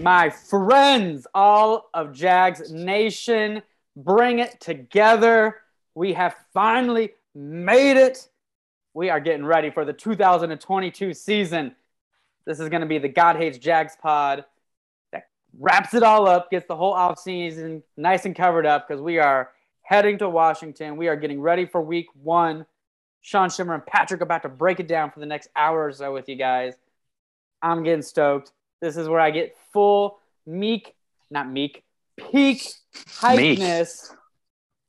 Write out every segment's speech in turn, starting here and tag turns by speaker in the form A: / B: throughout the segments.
A: My friends, all of Jags Nation, bring it together. We have finally made it. We are getting ready for the 2022 season. This is going to be the God Hates Jags pod that wraps it all up, gets the whole off season nice and covered up because we are heading to Washington. We are getting ready for week one. Sean Shimmer and Patrick about to break it down for the next hour or so with you guys. I'm getting stoked. This is where I get full meek, not meek, peak
B: Meek.
A: hypeness.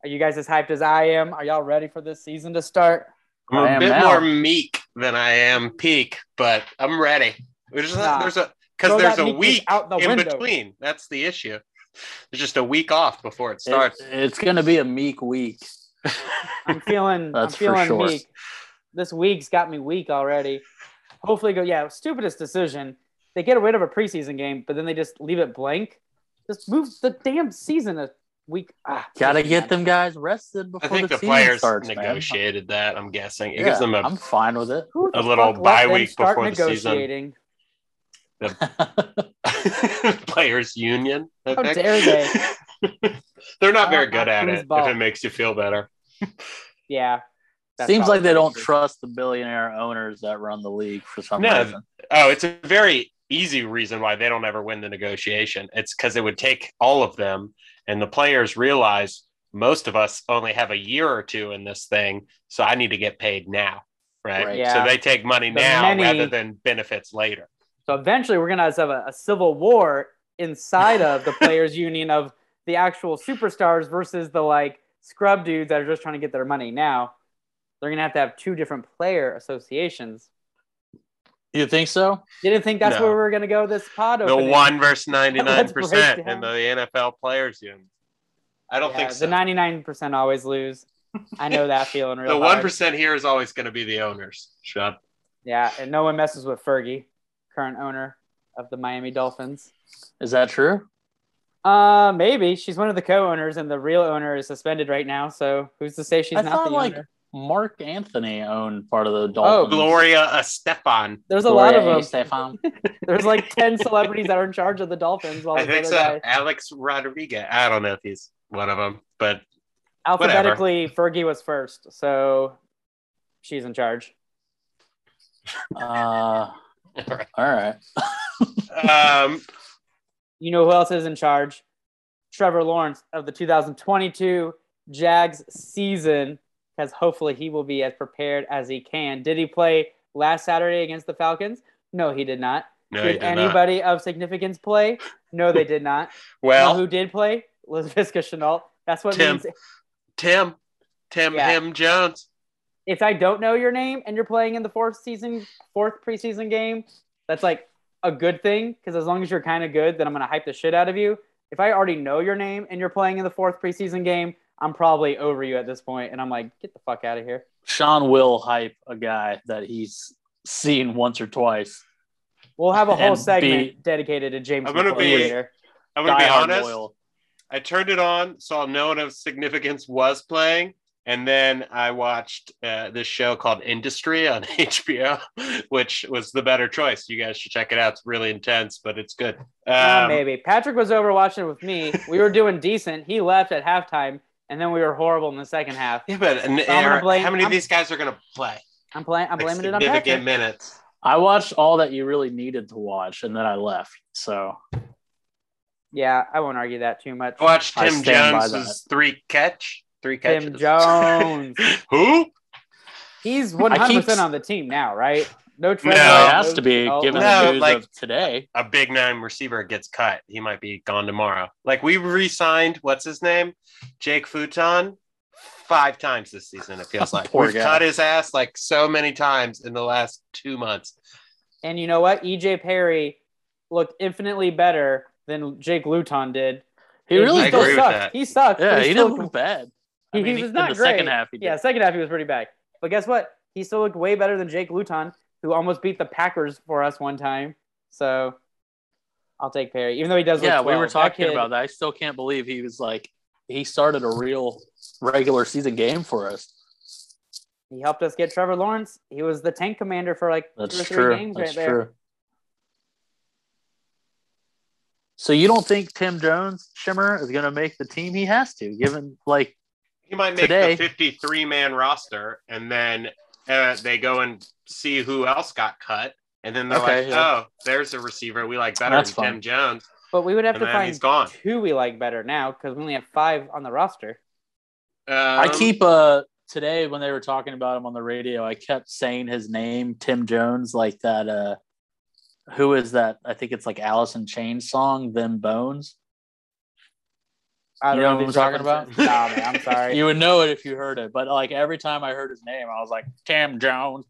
A: Are you guys as hyped as I am? Are y'all ready for this season to start?
B: I
C: I'm a
B: am
C: bit
B: now.
C: more meek than I am peak, but I'm ready. There's
A: Nah.
C: a, there's a because
A: Throw
C: there's
A: that
C: a
A: meekness
C: week
A: out the
C: in
A: window.
C: between. That's the issue. There's just a week off before it
B: It,
C: starts.
B: it's going to be a meek week.
A: I'm feeling
B: That's
A: I'm
B: for
A: feeling
B: sure.
A: weak. This week's got me weak already. Hopefully go yeah, stupidest decision. They get rid of a preseason game, but then they just leave it blank. Just move the damn season a week. Ah,
B: Got to
A: man.
B: get them guys rested
C: I
B: before
C: think
B: the,
C: the,
B: season
C: players
B: starts. man.
C: negotiated that. I'm guessing it
B: Yeah,
C: gives them a
B: I'm fine with it.
A: Who the
C: a little
A: fuck let
C: bye
A: them
C: week
A: start
C: before the season.
A: negotiating?
C: players union. I
A: How
C: think.
A: dare they.
C: They're not
A: I
C: very
A: want
C: good
A: my
C: at
A: crew's
C: it.
A: ball.
C: If it makes you feel better,
A: Yeah. that's
B: Seems like they
A: probably
B: don't
A: true.
B: trust the billionaire owners that run the league for some
C: No,
B: reason.
C: oh, it's a very easy reason why they don't ever win the negotiation. It's because it would take all of them, and the players realize most of us only have a year or two in this thing, so I need to get paid now, right?
B: Right.
A: Yeah.
C: So they take money
A: The
C: now
A: many-
C: rather than benefits later.
A: So eventually we're gonna have a, a civil war inside of the players union of the actual superstars versus the like scrub dudes that are just trying to get their money now. They're gonna have to have two different player associations.
B: You think so?
A: You didn't think that's
C: No.
A: where we were gonna go this pod
C: The
A: opening?
C: one versus ninety nine
A: Let's
C: percent
A: break
C: in
A: down.
C: the NFL players union. I don't
A: Yeah,
C: think so.
A: The ninety nine percent always lose. I know that feeling real. Mm.
C: The
A: hard.
C: one percent here is always going to be the owners. Shut. up.
A: Yeah, and no one messes with Fergie, current owner of the Miami Dolphins.
B: Is that true?
A: Uh, maybe she's one of the co-owners, and the real owner is suspended right now. So who's to say she's
B: I
A: not
B: thought,
A: the
B: like,
A: owner?
B: Mark Anthony owned part of
C: Oh,
B: the Dolphins.
C: Gloria uh, Stefan.
A: There's a lot of them.
B: Stefan.
A: There's like ten celebrities that are in charge of the Dolphins. While
C: I
A: this
C: think so.
A: other guy-
C: Alex Rodriguez. I don't know if he's one of them, but
A: alphabetically, Fergie was first, so she's in charge.
B: uh, all right.
C: um,
A: You know who else is in charge? Trevor Lawrence of the 2022 Jags season, because hopefully he will be as prepared as he can. Did he play last Saturday against the Falcons? No, he did not.
C: no,
A: did
C: you did not.
A: anybody of significance play? No, they did not.
C: Well,
A: Know who did play? LaVisca Chenault. That's what
C: Tim.
A: means
C: Tim, Tim,
A: Yeah.
C: him, Jones.
A: if I don't know your name and you're playing in the fourth season, fourth preseason game, that's like a good thing because as long as you're kind of good, then I'm gonna hype the shit out of you. If I already know your name and you're playing in the fourth preseason game, I'm probably over you at this point, and I'm like, get the fuck out of here.
B: Sean will hype a guy that he's seen once or twice.
A: We'll have a whole
B: And
A: segment
B: be-
A: dedicated to James.
C: I'm gonna
A: McCoy
C: be-
A: later.
C: I'm gonna be
B: Diehard
C: honest.
B: loyal.
C: I turned it on, saw no one of significance was playing, and then I watched uh, this show called Industry on HBO, which was the better choice. You guys should check it out. It's really intense, but it's good.
A: Ah,
C: Um,
A: maybe Patrick was over watching it with me. We were doing decent. He left at halftime, and then we were horrible in the second half.
C: yeah, but and,
A: So I'm gonna
C: Eric,
A: blame-
C: how many
A: I'm-
C: of these guys are going to play?
A: I'm playing. I'm
C: Like,
A: blaming it on
C: significant
A: Patrick.
C: minutes.
B: I watched all that you really needed to watch, and then I left. So
A: Yeah, I won't argue that too much.
C: Oh, I watched
B: I
C: Tim
B: stand by
C: Jones's three catch, three catches.
A: Tim Jones.
C: Who?
A: He's
B: I
A: 100
B: keep-
A: percent on the team now, right? No, Trevor.
C: No.
B: it has to be
A: no-
B: given
C: No,
B: the news
C: like-
B: of today.
C: A big name receiver gets cut. He might be gone tomorrow. Like we re-signed, what's his name? Jake Futon five times this season, it feels like.
B: Poor
C: We've
B: guy.
C: cut his ass like so many times in the last two months.
A: And you know what? EJ Perry looked infinitely better than Jake Luton did.
B: He
A: And
B: really
C: I
A: still
C: agree with
B: does.
A: sucked.
C: that.
A: He sucked.
B: Yeah,
A: but
B: he
A: still
B: didn't look bad.
A: He- he was
B: in
A: not
B: the second
A: great.
B: half. He did.
A: Yeah, second half he was pretty bad. But guess what? He still looked way better than Jake Luton, who almost beat the Packers for us one time. So I'll take Perry, even though he does. look
B: yeah, we
A: 12.
B: were talking
A: kid-
B: about that. I still can't believe he was like he started a real regular season game for us.
A: He helped us get Trevor Lawrence. He was the tank commander for like
B: That's
A: two or three
B: true.
A: games
B: That's
A: right there.
B: true. So you don't think Tim Jones Shimmer is going to make the team? He has to, given like
C: He might make
B: Today-
C: the 53 man roster and then uh, they go and see who else got cut. And then they're
B: Okay,
C: like,
B: yeah.
C: oh, there's a receiver we like better
B: That's
C: than Tim
B: fine.
C: Jones.
A: But we would have
C: And
A: to
C: then
A: find
C: he's gone.
A: two we like better now because we only have five on the roster.
C: Um,
B: I keep uh today when they were talking about him on the radio, I kept saying his name, Tim Jones, like that. Uh, who is that? I think it's like Alice in Chains song, "Them Bones."
A: I
B: You know what
A: these
B: I'm talking
A: references.
C: about?
A: Nah, man, I'm sorry.
B: You would know it if you heard it, but like every time I heard his name, I was like, Tim Jones.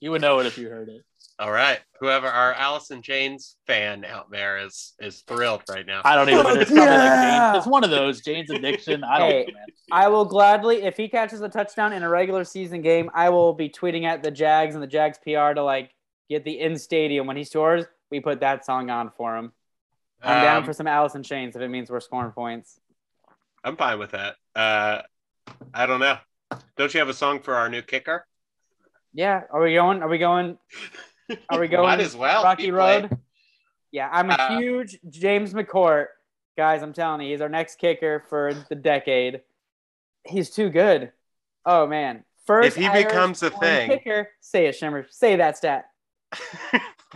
B: You would know it if you heard it.
C: All right. Whoever our Allison Jane's fan out there is is thrilled right now.
B: I don't even.
A: Fuck
B: It's, probably
A: yeah!
B: like Jane, it's one of those Jane's addiction. I don't.
A: Hey.
B: know, man.
A: I will gladly, if he catches a touchdown in a regular season game, I will be tweeting at the Jags and the Jags PR to like get the in stadium when he scores. We put that song on for him. I'm down
C: Um,
A: for some Allison Chains if it means we're scoring points.
C: I'm fine with that. Uh, I don't know. Don't you have a song for our new kicker?
A: Yeah, are we going? Are we going? Are we going?
C: Might as well.
A: Rocky
C: He
A: Road.
C: played.
A: Yeah, I'm a
C: Uh,
A: huge James McCourt guys. I'm telling you, he's our next kicker for the decade. He's too good. Oh man! First,
C: If he
A: Irish
C: becomes a
A: born
C: thing.
A: kicker, say it, Shimmer. Say that stat.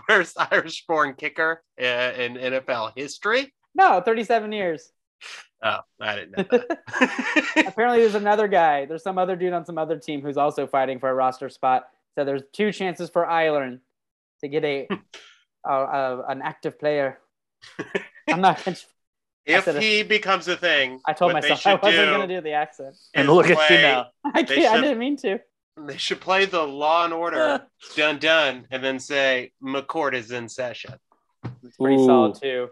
C: First Irish-born kicker uh, in NFL history.
A: No, 37 years.
C: Oh, I didn't know that.
A: Apparently, there's another guy. There's some other dude on some other team who's also fighting for a roster spot. So there's two chances for Ireland to get a, a, a an active player. I'm not. gonna-
C: if
A: said it.
C: he becomes a thing,
A: I told
C: what they
A: myself I
C: should
A: wasn't
C: do
A: gonna do the accent.
B: And
C: is
B: look at you
C: play-
B: now.
A: I can't. I
C: should-
A: didn't mean to.
C: They should play the Law and Order dun dun, and then say McCord is in session.
A: Pretty
B: Ooh,
A: solid too.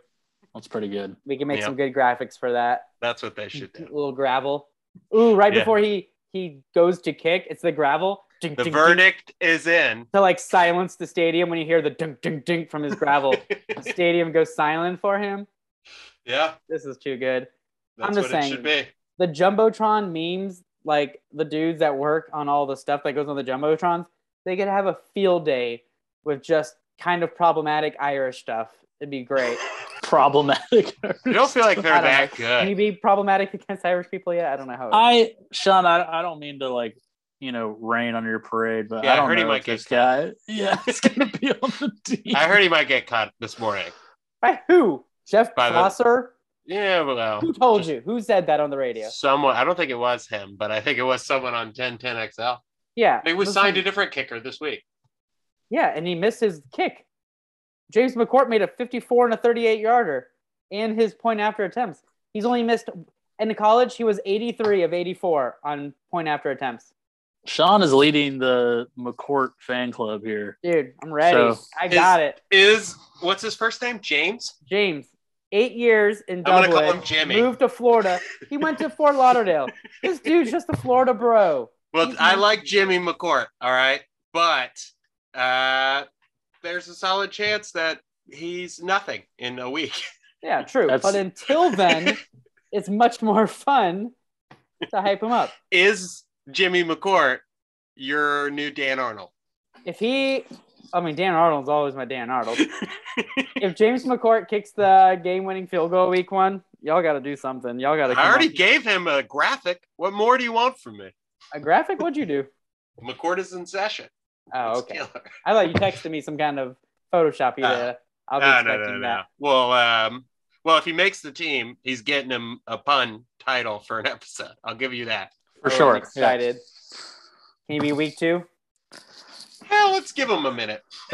B: That's pretty good.
A: We can make
C: Yep.
A: some good graphics for that.
C: That's what they should
A: A
C: do.
A: little gravel. Ooh, right
C: Yeah.
A: before he he goes to kick, it's the gravel. Ding,
C: The
A: ding,
C: verdict is in.
A: ding, to like silence the stadium when you hear the ding ding ding from his gravel. the stadium goes silent for him.
C: Yeah,
A: This is too good. I'm
C: that's
A: just
C: what it
A: saying.
C: should be.
A: The jumbotron memes, like the dudes that work on all the stuff that goes on the jumbotrons, they could have a field day with just kind of problematic Irish stuff. It'd be great.
B: Problematic.
C: I don't feel like
A: I
C: they're
A: don't
C: that
A: Can you
C: good.
A: be problematic against Irish people yet? I don't know how.
C: Uh,
B: I Sean, I, I don't mean to like you know rain on your parade, but
C: Yeah, I
B: I don't
C: heard he
B: know if
C: might get
B: this guy. Yeah, it's gonna be on the team.
C: I heard he might get caught this morning.
A: By who? Jeff
C: By the-
A: Prosser?
C: Yeah, well,
A: Who told you? Who said that on the radio?
C: someone. I don't think it was him, but I think it was someone on 1010XL.
A: Yeah.
C: They was
A: listen-
C: signed a different kicker this week.
A: Yeah, and he missed his kick. James McCourt made a 54 and a 38 yarder in his point after attempts. He's only missed in college. He was 83 of 84 on point after attempts.
B: Sean is leading the McCourt fan club here.
A: Dude, I'm ready.
B: So-
A: I got it.
C: Is what's his first name? James.
A: James, eight years in
C: gonna
A: Dublin.
C: call him Jimmy.
A: Moved to Florida. He went to Fort Lauderdale. this dude's just a Florida bro.
C: Well,
A: He's
C: I
A: not-
C: like Jimmy McCourt. All right, but uh, there's a solid chance that he's nothing in a week.
A: Yeah, true.
B: That's-
A: But until then, it's much more fun to hype him up.
C: Is Jimmy McCourt your new Dan Arnold?
A: If he, I mean, Dan Arnold's always my Dan Arnold. if James McCourt kicks the game-winning field goal week one, y'all got to do something. Y'all got to.
C: I already gave him a graphic. What more do you want from me?
A: a graphic. What'd you do?
C: McCourt is in session.
A: Oh,
C: It's
A: okay.
C: killer.
A: I thought you texted me some kind of Photoshop you
C: Uh,
A: there. I'll be
C: No, no,
A: expecting
C: no, no.
A: that.
C: Well, um, well, if he makes the team, he's getting him a pun title for an episode. I'll give you that.
B: For
A: Oh,
B: sure.
A: I'm excited. Can he be week two?
C: Well, let's give him a minute.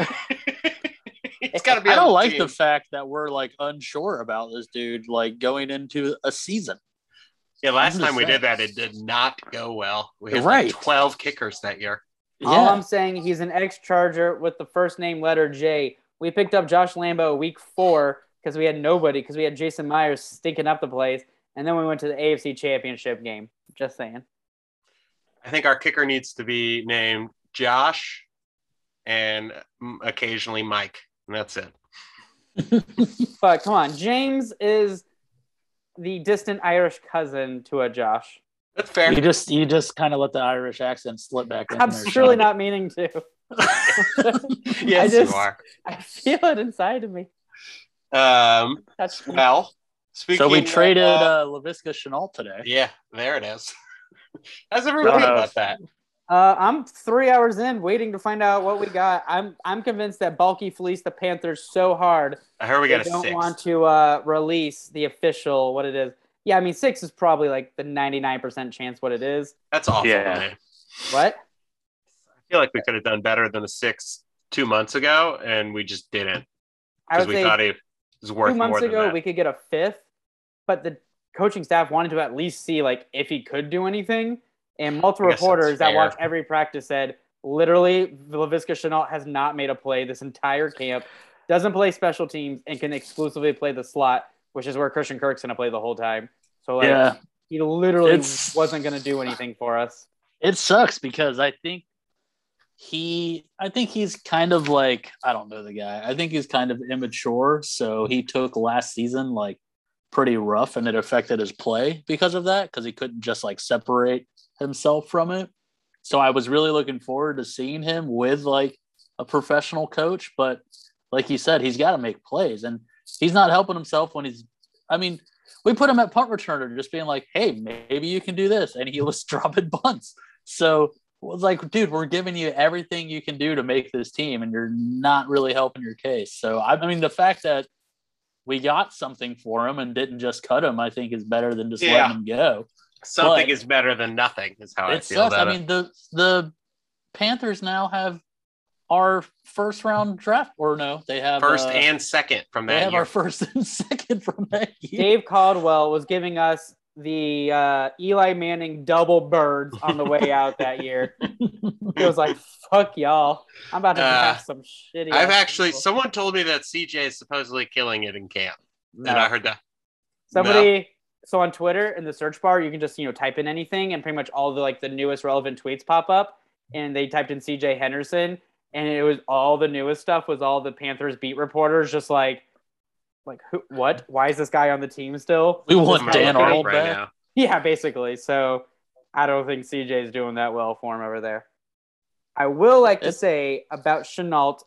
C: it's got to be.
B: I
C: on
B: don't like
C: team.
B: the fact that we're like unsure about this dude, like going into a season.
C: Yeah, last
B: I'm just
C: time we
B: saying.
C: did that, it did not go well. We had
B: Right.
C: like 12 kickers that year.
A: All
B: Yeah.
A: I'm saying, he's an ex-Charger with the first name letter J. We picked up Josh Lambo week four because we had nobody because we had Jason Myers stinking up the place, and then we went to the AFC Championship game. Just saying.
C: I think our kicker needs to be named Josh and mm, occasionally Mike. And that's it.
A: But come on, James is the distant Irish cousin to a Josh.
C: That's fair.
B: You just you just kind of let the Irish accent slip back in.
A: I'm
B: there,
A: surely
B: Sean.
A: not meaning to.
C: yes,
A: just-
C: you are.
A: I feel it inside of me.
C: Um,
A: That's
C: well, speaking.
B: so we
C: of,
B: traded
C: uh,
B: uh, Lavisca Chenault today.
C: yeah, there it is. How's everyone
B: Don't know.
C: about that?
A: Uh, I'm three hours in, waiting to find out what we got. I'm I'm convinced that Bulky fleeced the Panthers so hard
C: I heard we
A: they
C: got a
A: don't
C: six.
A: want to uh, release the official what it is. Yeah, I mean six is probably like the 99% chance what it is.
C: That's awful.
B: Yeah.
C: man.
A: What?
C: I feel like we could have done better than a six two months ago, and we just didn't
A: I
C: because
A: would
C: we
A: say
C: thought it was worth
A: two months
C: more than
A: ago
C: that.
A: we could get a fifth, but the coaching staff wanted to at least see like if he could do anything. And multiple
C: I guess that's
A: reporters that
C: fair.
A: watch every practice said literally LaVisca Chenault has not made a play this entire camp, doesn't play special teams, and can exclusively play the slot, which is where Christian Kirk's gonna play the whole time. So like
B: yeah,
A: he literally
B: It's-
A: wasn't gonna do anything for us.
B: it sucks because I think he, I think he's kind of like I don't know the guy. I think he's kind of immature, so he took last season like pretty rough, and it affected his play because of that because he couldn't just like separate himself from it. So I was really looking forward to seeing him with like a professional coach, but like you said, he's got to make plays, and he's not helping himself when he's. I mean, we put him at punt returner, just being like, "Hey, maybe you can do this," and he was dropping bunts. So it was like, dude, we're giving you everything you can do to make this team, and you're not really helping your case. So I, I mean, the fact that we got something for him and didn't just cut him, I think, is better than just
C: Yeah.
B: letting him go.
C: Something
B: but-
C: is better than nothing. Is how I
B: It
C: feel
B: sucks. I
C: about it.
B: mean, the the Panthers now have our first round draft, or no, they have
C: First
B: uh,
C: and second from
B: they
C: that
B: have
C: year.
B: our first and second from that year.
A: Dave Caldwell was giving us the uh, Eli Manning double birds on the way out that year. It was like, fuck y'all. I'm about to
C: Uh,
A: have some shitty.
C: I've
A: ass
C: actually.
A: people.
C: Someone told me that CJ is supposedly killing it in camp,
A: No.
C: and I heard that.
A: somebody. So on Twitter in the search bar, you can just you know type in anything, and pretty much all the like the newest relevant tweets pop up. And they typed in C.J. Henderson, and it was all the newest stuff was all the Panthers beat reporters just like, like who, what? Why is this guy on the team still?
B: we
C: No.
A: What,
B: want
C: I'm
B: Dan
C: looking up
B: Arnold
C: right
B: back.
C: now.
A: Yeah, basically. So I don't think CJ's doing that well for him over there. I will like to
B: It's-
A: say about Chenault,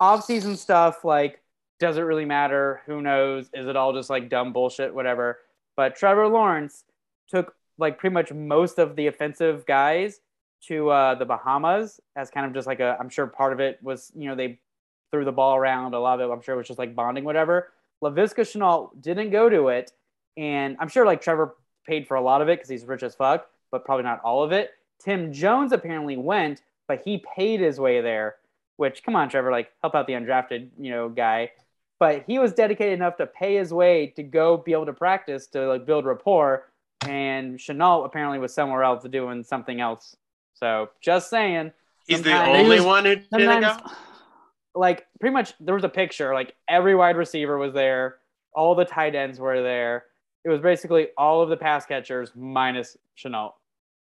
A: off-season stuff like does it really matter? Who knows? Is it all just like dumb bullshit? Whatever. But Trevor Lawrence took like pretty much most of the offensive guys to uh, the Bahamas as kind of just like a. I'm sure part of it was you know they threw the ball around a lot of it. I'm sure was just like bonding whatever. Lavisca Chenault didn't go to it, and I'm sure like Trevor paid for a lot of it because he's rich as fuck, but probably not all of it. Tim Jones apparently went, but he paid his way there. Which, come on, Trevor, like help out the undrafted, you know, guy. But he was dedicated enough to pay his way to go be able to practice to like build rapport. And Chenault apparently was somewhere else doing something else. So just saying,
C: He's the
A: Sometimes-
C: only
B: He's-
C: one who didn't go.
A: sometimes like pretty much there was a picture like every wide receiver was there all the tight ends were there it was basically all of the pass catchers minus chenault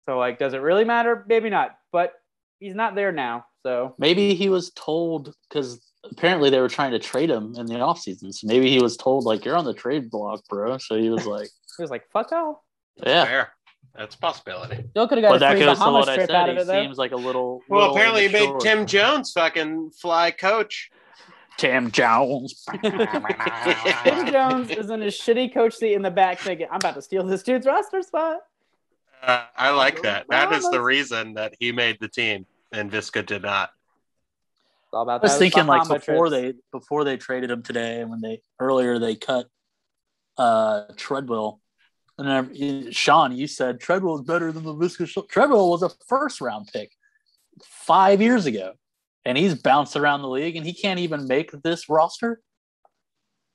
A: so like does it really matter maybe not but he's not there now so
B: Maybe he was told because apparently they were trying to trade him in the offseason. So maybe he was told, like, you're on the trade block, bro. So he was like,
A: he was like fuck off
B: yeah.
C: Fair. That's a possibility.
A: still could have got
B: But
A: a
B: that
A: free
B: goes to
A: Bahamas
B: what I
A: trip out
B: said.
A: of
B: He
A: it though
B: seems like a little.
C: Well,
B: little
C: apparently he made
B: immature.
C: Tim Jones fucking fly coach.
B: Tim Jones.
A: Tim Jones is in his shitty coach seat in the back thinking, I'm about to steal this dude's roster spot.
C: Uh, I like that. That is the reason that he made the team and Visca did not.
A: It's all about
B: I was
A: those
B: thinking like
A: Bahama
B: before
A: trips.
B: they before they traded him today, and when they earlier they cut uh Treadwell, and then, uh, Sean, you said Treadwell is better than Lavisca. Sh- Treadwell was a first round pick five years ago, and he's bounced around the league, and he can't even make this roster.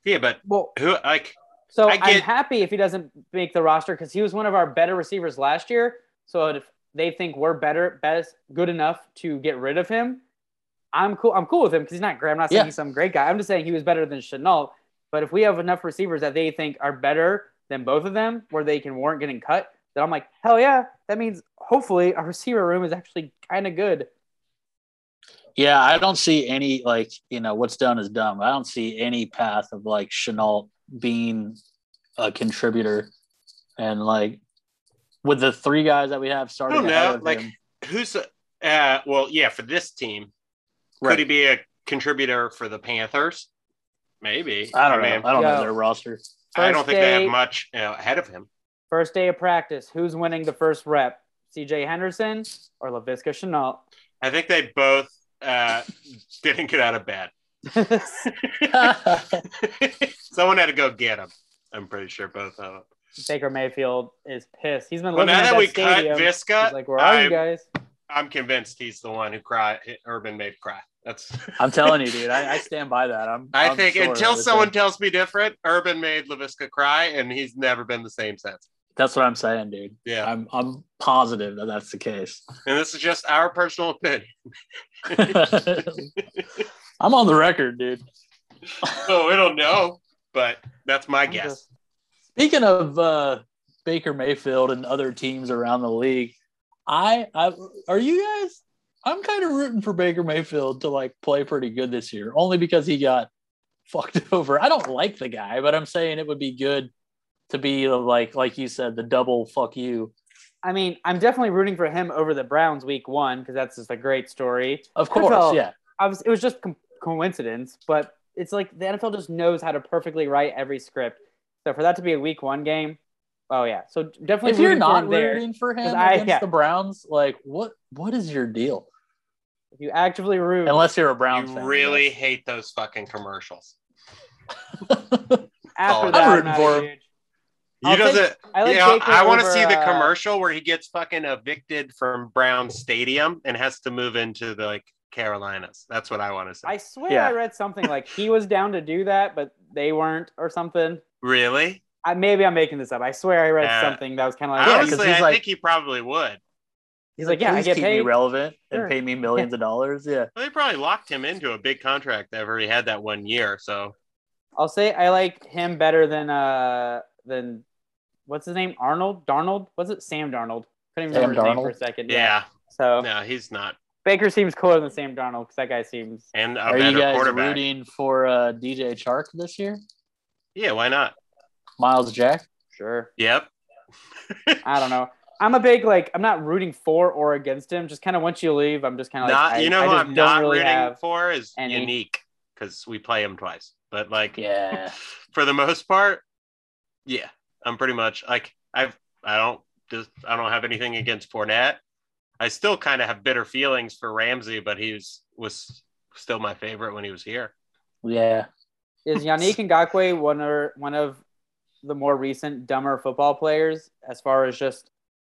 C: Yeah, but
A: Well,
C: who like
A: So
C: I
A: I'm
C: get-
A: happy if he doesn't make the roster because he was one of our better receivers last year. So if they think we're better, best, good enough to get rid of him, I'm cool. I'm cool with him because he's not great. I'm not saying
B: Yeah.
A: he's some great guy. I'm just saying he was better than Chenault. But if we have enough receivers that they think are better than both of them, where they can warrant getting cut, then I'm like, hell yeah. That means hopefully our receiver room is actually kind of good.
B: Yeah, I don't see any like you know what's done is done. I don't see any path of like Chenault being a contributor, and like with the three guys that we have starting
C: don't
B: ahead
C: know,
B: of
C: like-
B: him,
C: who's Uh, well, yeah, for this team, could
B: Right.
C: he be a contributor for the Panthers? Maybe.
B: I don't know.
C: mean,
B: I don't
A: Yeah.
B: know their roster.
C: I don't
A: First
C: think they
A: day-
C: have much you know, ahead of him.
A: First day of practice, who's winning the first rep? CJ Henderson or LaVisca Chenault?
C: I think they both uh, didn't get out of bed. Someone had to go get him. I'm pretty sure both of them.
A: Baker Mayfield is pissed. He's been
C: Well,
A: looking
C: now
A: at
C: that
A: that
C: we
A: stadium.
C: cut
A: He's
C: Visca,
A: like, where are
C: I'm-
A: you guys?
C: I'm convinced he's the one who cried. Urban made cry. That's.
B: I'm telling you, dude. I, I stand by that. I'm.
C: I
B: I'm
C: think
B: sure
C: until
B: of it,
C: someone
B: dude.
C: tells me different, Urban made Lavisca cry, and he's never been the same since.
B: that's what I'm saying, dude.
C: Yeah,
B: I'm I'm positive that that's the case.
C: and this is just our personal opinion.
B: I'm on the record, dude.
C: So we don't know, but that's my
A: I'm
C: guess.
A: just-
B: Speaking of uh, Baker Mayfield and other teams around the league, I, I are you guys? I'm kind of rooting for Baker Mayfield to like play pretty good this year, only because he got fucked over. I don't like the guy, but I'm saying it would be good to be like like you said, the double fuck you.
A: I mean, I'm definitely rooting for him over the Browns week one because that's just a great story.
B: Of
A: First of
B: course,
A: all,
B: yeah.
A: I was, it was just com- coincidence, but it's like the NFL just knows how to perfectly write every script. So for that to be a week one game, oh yeah. So definitely
B: If you're
A: rooting for
B: not
A: him there.
B: rooting for him
A: 'Cause I-
B: against
A: yeah.
B: the Browns, like what what is your deal?
A: if you actively root,
B: Unless you're a Browns
C: You
B: fan, I
C: really hate those fucking commercials.
B: guess.
A: after
C: I'm
A: that, I'm
B: rooting
A: not
B: for
A: a
B: him.
A: huge-
C: You
A: I'll
C: know
A: take-
C: the
A: I like
C: you know,
A: Baker
C: I want to
A: over,
C: see the
A: uh,
C: commercial where he gets fucking evicted from Brown Stadium and has to move into the like Carolinas. That's what I want to see.
A: I swear
B: Yeah.
A: I read something like he was down to do that, but they weren't or something.
C: really?
A: I, maybe I'm making this up. I swear I read
C: Uh,
A: something that was kind of like,
B: Yeah, 'cause
C: Honestly,
B: he's
C: I
B: like-
C: think he probably would.
A: He's like, yeah, I
B: please
A: get
B: keep
A: paid.
B: me relevant
A: Sure.
B: and pay me millions of dollars. Yeah,
C: They probably locked him into a big contract ever he had that one year. So
A: I'll say I like him better than uh than what's his name? Arnold? Darnold? Was it Sam Darnold? Couldn't even
B: Sam
A: remember his name
B: Darnold?
A: for a second.
C: yeah,
A: So
C: no, he's not.
A: Baker seems cooler than Sam Darnold because that guy seems
C: And a
B: are
C: better
B: you guys
C: quarterback.
B: rooting for uh, DJ Chark this year?
C: Yeah, why not?
B: Miles Jack.
A: sure.
C: Yep.
A: I don't know. I'm a big like I'm not rooting for or against him. Just kind of once you leave, I'm just kind of like
C: not
A: I,
C: you know
A: I
C: who
A: just
C: I'm
A: don't
C: not
A: really
C: rooting
A: have.
C: for is
A: any-
C: unique because we play him twice. But like
B: Yeah,
C: for the most part, yeah, I'm pretty much like I've I don't just I don't have anything against Fournette. I still kind of have bitter feelings for Ramsey, but he was, was still my favorite when he was here.
B: yeah.
A: Is Yannick Ngakwe one or one of the more recent dumber football players as far as just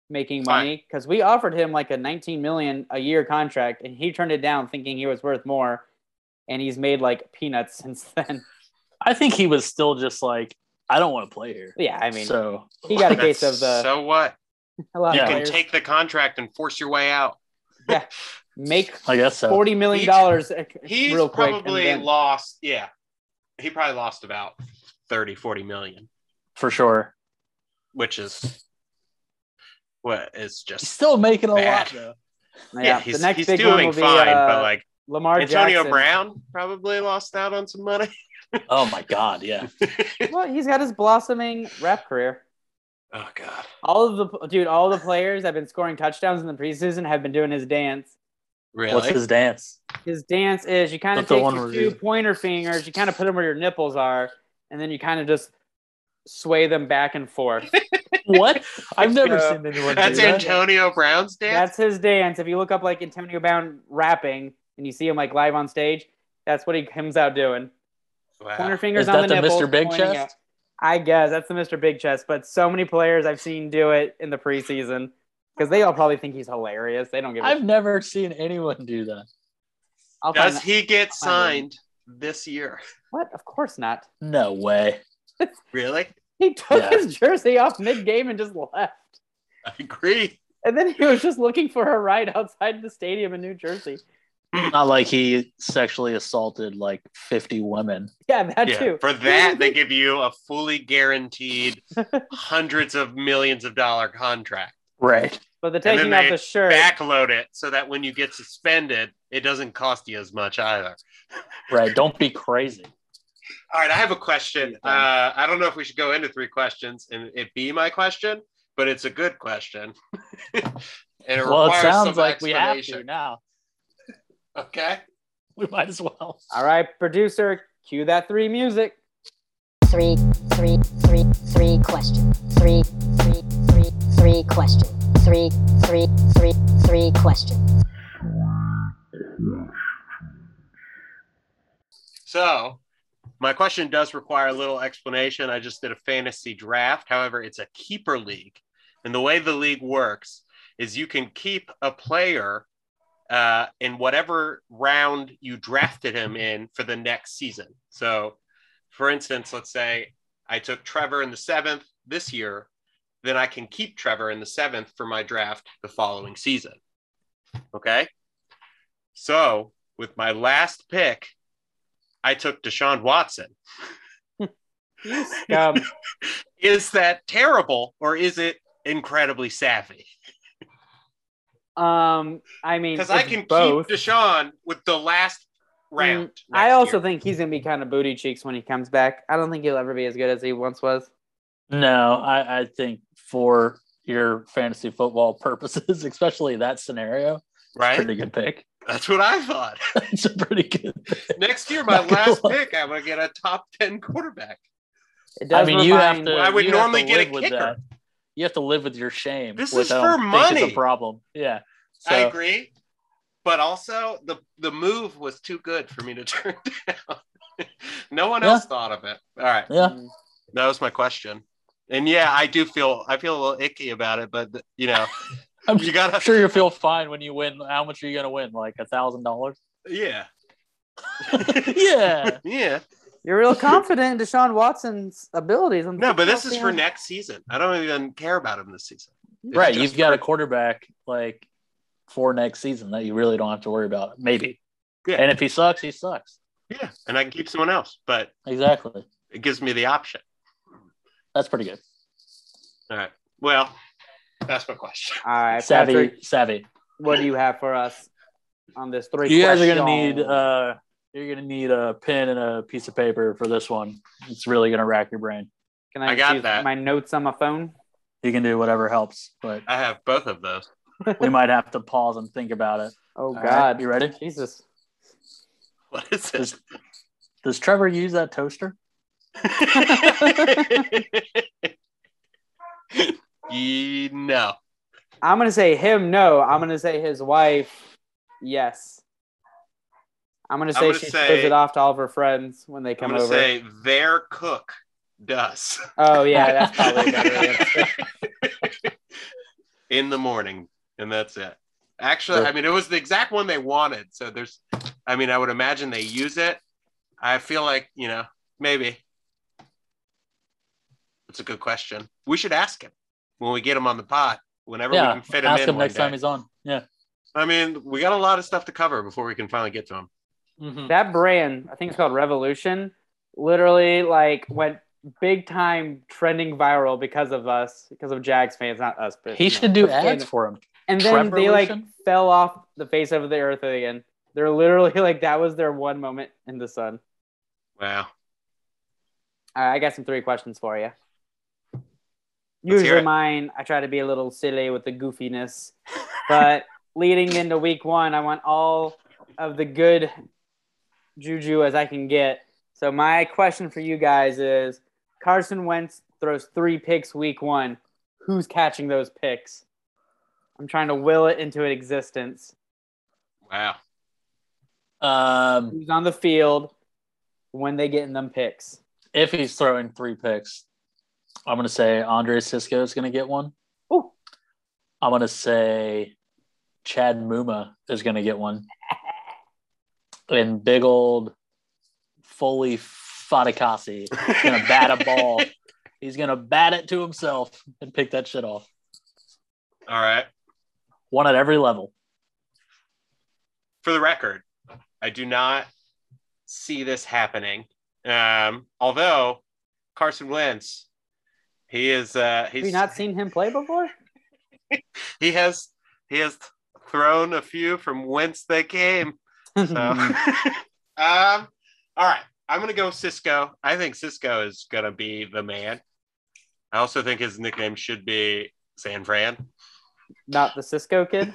A: making money? Because we offered him like a 19 million a year contract, and he turned it down, thinking he was worth more, and he's made like peanuts since then.
B: I think he was still just like, I don't want to play here.
A: yeah, I mean,
B: so
A: he got a
C: That's-
A: case of the
C: so what?
A: a lot
B: You
A: of
C: You can
A: players
C: take the contract and force your way out.
A: make
B: I guess so.
A: forty million dollars uh,
C: He's
A: real quick. and
C: probably
A: then-
C: lost, yeah. He probably lost about 30, 40 million,
B: for sure.
C: which is what is
B: He's
C: just
B: still making a
C: Bad.
B: lot though.
A: yeah,
C: yeah, he's,
A: the next
C: he's
A: big one
C: doing
A: will be
C: fine,
A: uh,
C: but like
A: Lamar
C: Antonio
A: Jackson.
C: Brown probably lost out on some money.
B: Oh my god, yeah.
A: Well, he's got his blossoming rap career.
C: Oh god.
A: All of the dude, all the players that have been scoring touchdowns in the preseason have been doing his dance.
C: Really?
B: What's his dance?
A: His dance is you kind of
B: That's the
A: take
B: one
A: your
B: where
A: two
B: you-
A: pointer fingers, you kind of put them where your nipples are, and then you kind of just sway them back and forth.
B: What? I've never
A: Yeah.
B: seen anyone
C: That's
B: do that.
C: Antonio Brown's dance.
A: that's his dance. If you look up like Antonio Brown rapping and you see him like live on stage, that's what he comes out doing.
C: Wow.
A: Pointer fingers
B: Uh, Is
A: on
B: that
A: the
B: the
A: nipples.
B: Mr. Big
A: pointing
B: Chest?
A: out. I guess that's the Mr. Big Chest, but so many players I've seen do it in the preseason because they all probably think he's hilarious. They don't give a
B: I've never seen anyone do that.
A: I'll find
C: Does
A: that-
C: he get
A: I'll find
C: signed this year?
A: What? Of course not.
B: No way.
C: Really?
A: He took
B: Yeah.
A: his jersey off mid game and just left.
C: I agree.
A: And then he was just looking for a ride outside the stadium in New Jersey.
B: Not like he sexually assaulted like 50 women.
A: Yeah, that
C: Yeah.
A: too.
C: For that, they give you a fully guaranteed hundreds of millions of dollar contract.
B: Right.
A: But the
C: then
A: taking off
C: they
A: the shirt.
C: Backload it so that when you get suspended, it doesn't cost you as much either.
B: Right. Don't be crazy.
C: All right, I have a question. Uh, I don't know if we should go into three questions and it be my question, but it's a good question. And it
B: well, it
C: requires
B: sounds
C: some
B: like we have to
C: explanation.
B: now.
C: Okay.
B: We might as well.
A: All right, producer, cue that three music.
D: three, three, three, three question, three, three, three, three question, three, three, three, three question.
C: So, my question does require a little explanation. I just did a fantasy draft. However, it's a keeper league. And the way the league works is you can keep a player uh, in whatever round you drafted him in for the next season. So, for instance, let's say I took Trevor in the seventh this year, then I can keep Trevor in the seventh for my draft the following season. Okay. So, with my last pick, I took Deshaun Watson.
A: Um,
C: Is that terrible or is it incredibly savvy?
A: um, I mean,
C: Because I
A: it's
C: can
A: both. Mm,
C: keep Deshaun with the last round.
A: I
C: next
A: also
C: year.
A: think he's gonna be kind of booty cheeks when he comes back. I don't think he'll ever be as good as he once was.
B: No, I, I think for your fantasy football purposes, especially that scenario,
C: right.
B: pretty good pick.
C: That's what I thought.
B: it's a pretty good.
C: next year, my
B: Not gonna
C: last
B: lie.
C: pick, I'm gonna get a top ten quarterback.
A: It
B: I
A: does
B: mean, you have
A: remind-
B: to.
C: I would
B: you have
C: normally
B: to
C: get a
B: live with
C: kicker.
B: that. You have to live with your shame.
C: This
B: which
C: is
B: I
C: for
B: don't think is
C: money.
B: a problem. Yeah.
C: I
B: So-
C: agree, but also the the move was too good for me to turn down. no one
B: Yeah.
C: else thought of it. All right.
B: Yeah.
C: That was my question. And yeah, I do feel I feel a little icky about it, but you know,
B: I'm
C: you gotta
B: I'm sure you'll feel fine when you win. How much are you gonna win? Like a thousand dollars?
C: yeah.
B: Yeah.
C: Yeah.
A: You're real confident in Deshaun Watson's abilities. I'm
C: No, but this
A: still
C: is for
A: feeling-
C: next season. I don't even care about him this season. It's
B: right.
C: just
B: You've got a
C: for-
B: quarterback like for next season that you really don't have to worry about. Maybe.
C: Yeah.
B: And if he sucks, he sucks.
C: yeah, and I can keep someone else, but
B: Exactly.
C: it gives me the option.
B: That's pretty good.
C: All right. Well, that's my question.
A: All right,
B: savvy,
A: Patrick,
B: savvy.
A: what do you have for us on this three?
B: You guys are gonna
A: question?
B: need uh you're gonna need a pen and a piece of paper for this one. It's really gonna rack your brain.
A: Can I,
C: I got
A: use
C: that.
A: my notes on my phone?
B: You can do whatever helps, but
C: I have both of those.
B: we might have to pause and think about it.
A: Oh
B: All right,
A: God,
B: you ready?
A: Jesus!
C: What is this?
B: Does Trevor use that toaster?
C: Ye- no.
A: I'm gonna say him. No, I'm gonna say his wife. Yes. I'm gonna say
C: gonna
A: she
C: say-
A: throws it off to all of her friends when they
C: I'm
A: come
C: gonna
A: over.
C: say their cook does.
A: oh yeah, that's probably a better. answer.
C: in the morning, and that's it. Actually, I mean, it was the exact one they wanted. So there's, I mean, I would imagine they use it. I feel like you know maybe. It's a good question. We should ask him when we get him on the pot. Whenever we
B: yeah,
C: can fit him
B: ask
C: in
B: him
C: one
B: next
C: day.
B: time he's on. Yeah.
C: I mean, we got a lot of stuff to cover before we can finally get to him.
B: Mhm.
A: that brand, I think it's called Revolution, literally like went big time trending viral because of us, because of Jags fans, not us. But
B: He
A: you
B: should
A: know.
B: do ads for him.
A: And then they like
B: Trevolution?
A: fell off the face of the earth again. They're literally like that was their one moment in the sun.
C: Wow.
A: All right, I got some three questions for you.
C: Let's hear
A: Usually
C: it.
A: mine, I try to be a little silly with the goofiness, but leading into week one, I want all of the good juju as I can get. So my question for you guys is: Carson Wentz throws three picks week one. Who's catching those picks? I'm trying to will it into existence.
C: Wow.
B: Um,
A: Who's on the field when they get in them picks?
B: if he's throwing three picks, I'm gonna say Andre Cisco is gonna get one.
A: Ooh.
B: I'm gonna say Chad Muma is gonna get one, and big old Foley Fadakasi is gonna bat a ball. He's gonna bat it to himself and pick that shit off.
C: All right.
B: One at every level.
C: for the record, I do not see this happening. Um, although Carson Wentz, he is uh,
A: Have
C: he's
A: you not seen him play before?
C: he has he has thrown a few from whence they came. So, um, all right, I'm gonna go Cisco. I think Cisco is gonna be the man. I also think his nickname should be San Fran.
A: Not the Cisco kid.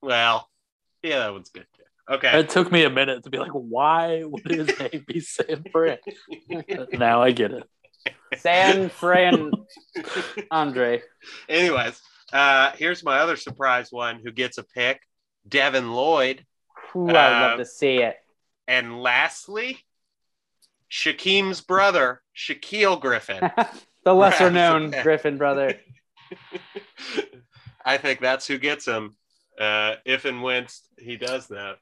C: Well, yeah, that one's good. Too. Okay.
B: It took me a minute to be like, why would his name be San Fran? now I get it.
A: San Fran Andre.
C: Anyways, uh, here's my other surprise one who gets a pick Devin Lloyd.
A: Ooh, I would
C: Uh,
A: love to see it.
C: And lastly, Shaquem's brother, Shaquille Griffin.
A: the lesser known
C: okay.
A: Griffin brother.
C: I think that's who gets him uh, if and when he does that.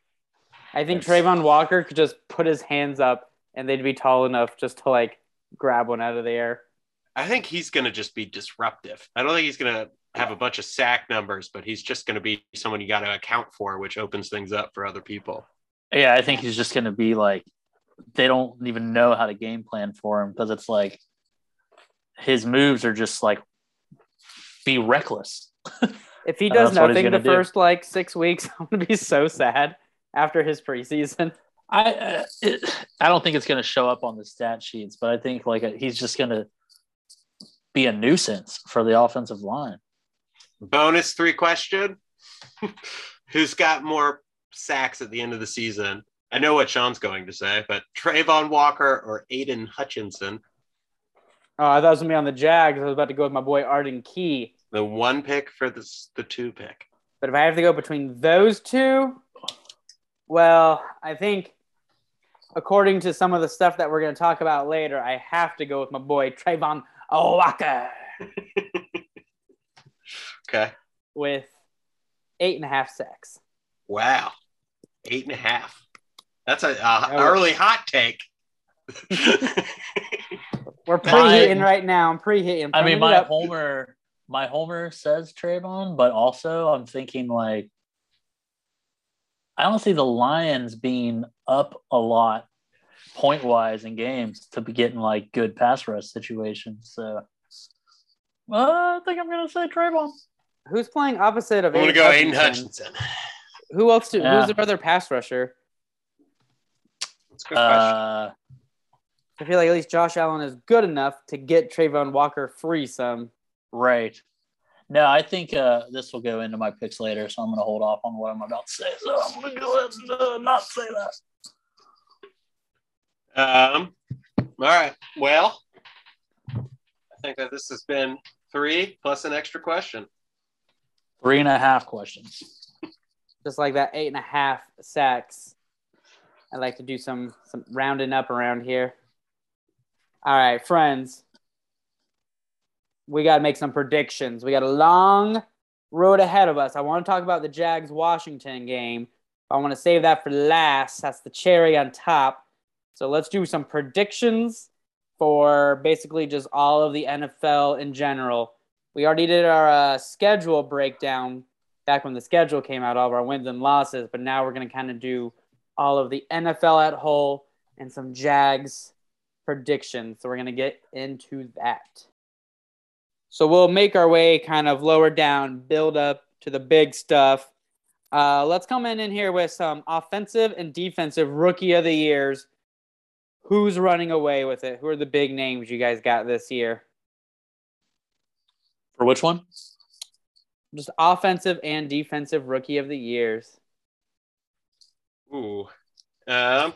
A: I think
B: Yes.
A: Trayvon Walker could just put his hands up and they'd be tall enough just to like grab one out of the air.
C: I think he's going to just be disruptive. I don't think he's going to have a bunch of sack numbers, but he's just going to be someone you got to account for, which opens things up for other people.
B: Yeah, I think he's just going to be like, they don't even know how to game plan for him because it's like his moves are just like, be reckless.
A: If he
B: Uh,
A: does
B: that's what
A: nothing
B: he's
A: the
B: gonna do.
A: first like six weeks, I'm gonna be so sad after his preseason.
B: I uh, it, I don't think it's going to show up on the stat sheets, but I think like he's just going to be a nuisance for the offensive line.
C: Bonus three question Who's got more sacks at the end of the season? I know what Sean's going to say, but Trayvon Walker or Aiden Hutchinson,
A: Oh, I thought it was gonna be on the Jags. I was about to go with my boy Arden Key.
C: the one pick for this, the two pick.
A: But if I have to go between those two, well, I think according to some of the stuff that we're going to talk about later, I have to go with my boy Trayvon Walker
C: Okay.
A: with eight and a half sacks.
C: Wow. Eight and a half. That's a, a
A: That
C: early hot take.
A: We're
B: My-
A: preheating right now. I'm preheating.
B: I mean,
A: Priming it
B: my
A: up.
B: homer, my homer says Trayvon, but also I'm thinking like, I don't see the Lions being up a lot point wise in games to be getting like good pass rush situations. So uh, I think I'm gonna say Trayvon.
A: who's playing opposite of?
C: I'm going to
A: Aiden
C: go Aiden
A: Hutchinson?
C: Hutchinson.
A: Who else? Do,
B: Yeah.
A: Who's the other pass rusher?
C: That's a good question.
B: Uh,
A: I feel like at least Josh Allen is good enough to get Trayvon Walker free some.
B: right. No, I think uh, this will go into my picks later, so I'm gonna hold off on what I'm about to say. So I'm gonna go ahead and uh, not say that.
C: Um, all right. Well, I think that this has been three plus an extra question.
B: Three and a half questions.
A: just like that eight and a half sacks. I like to do some some rounding up around here. All right, friends. We got to make some predictions. We got a long road ahead of us. I want to talk about the Jags Washington game. I want to save that for last. That's the cherry on top. So let's do some predictions for basically just all of the NFL in general. We already did our uh, schedule breakdown back when the schedule came out, all of our wins and losses. But now we're going to kind of do all of the NFL at whole and some Jags predictions. So we're going to get into that. So we'll make our way kind of lower down, build up to the big stuff. Uh, let's come in, in here with some offensive and defensive rookie of the years. Who's running away with it? Who are the big names you guys got this year?
B: For which one?
A: Just offensive and defensive rookie of the years.
C: Ooh. Um,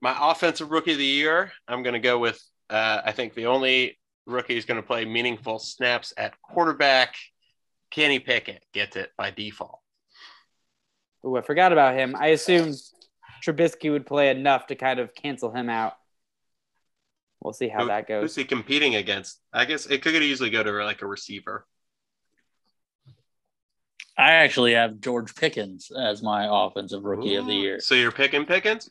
C: my offensive rookie of the year, I'm going to go with, uh, I think the only rookie who's going to play meaningful snaps at quarterback. Kenny Pickett gets it by default.
A: Ooh, I forgot about him. I assumed Trubisky would play enough to kind of cancel him out. We'll see how
C: Who-
A: that
C: Who's
A: goes.
C: he competing against? I guess it could easily go to like a receiver.
B: I actually have George Pickens as my offensive rookie of the
C: Ooh.
B: year.
C: So you're picking Pickens?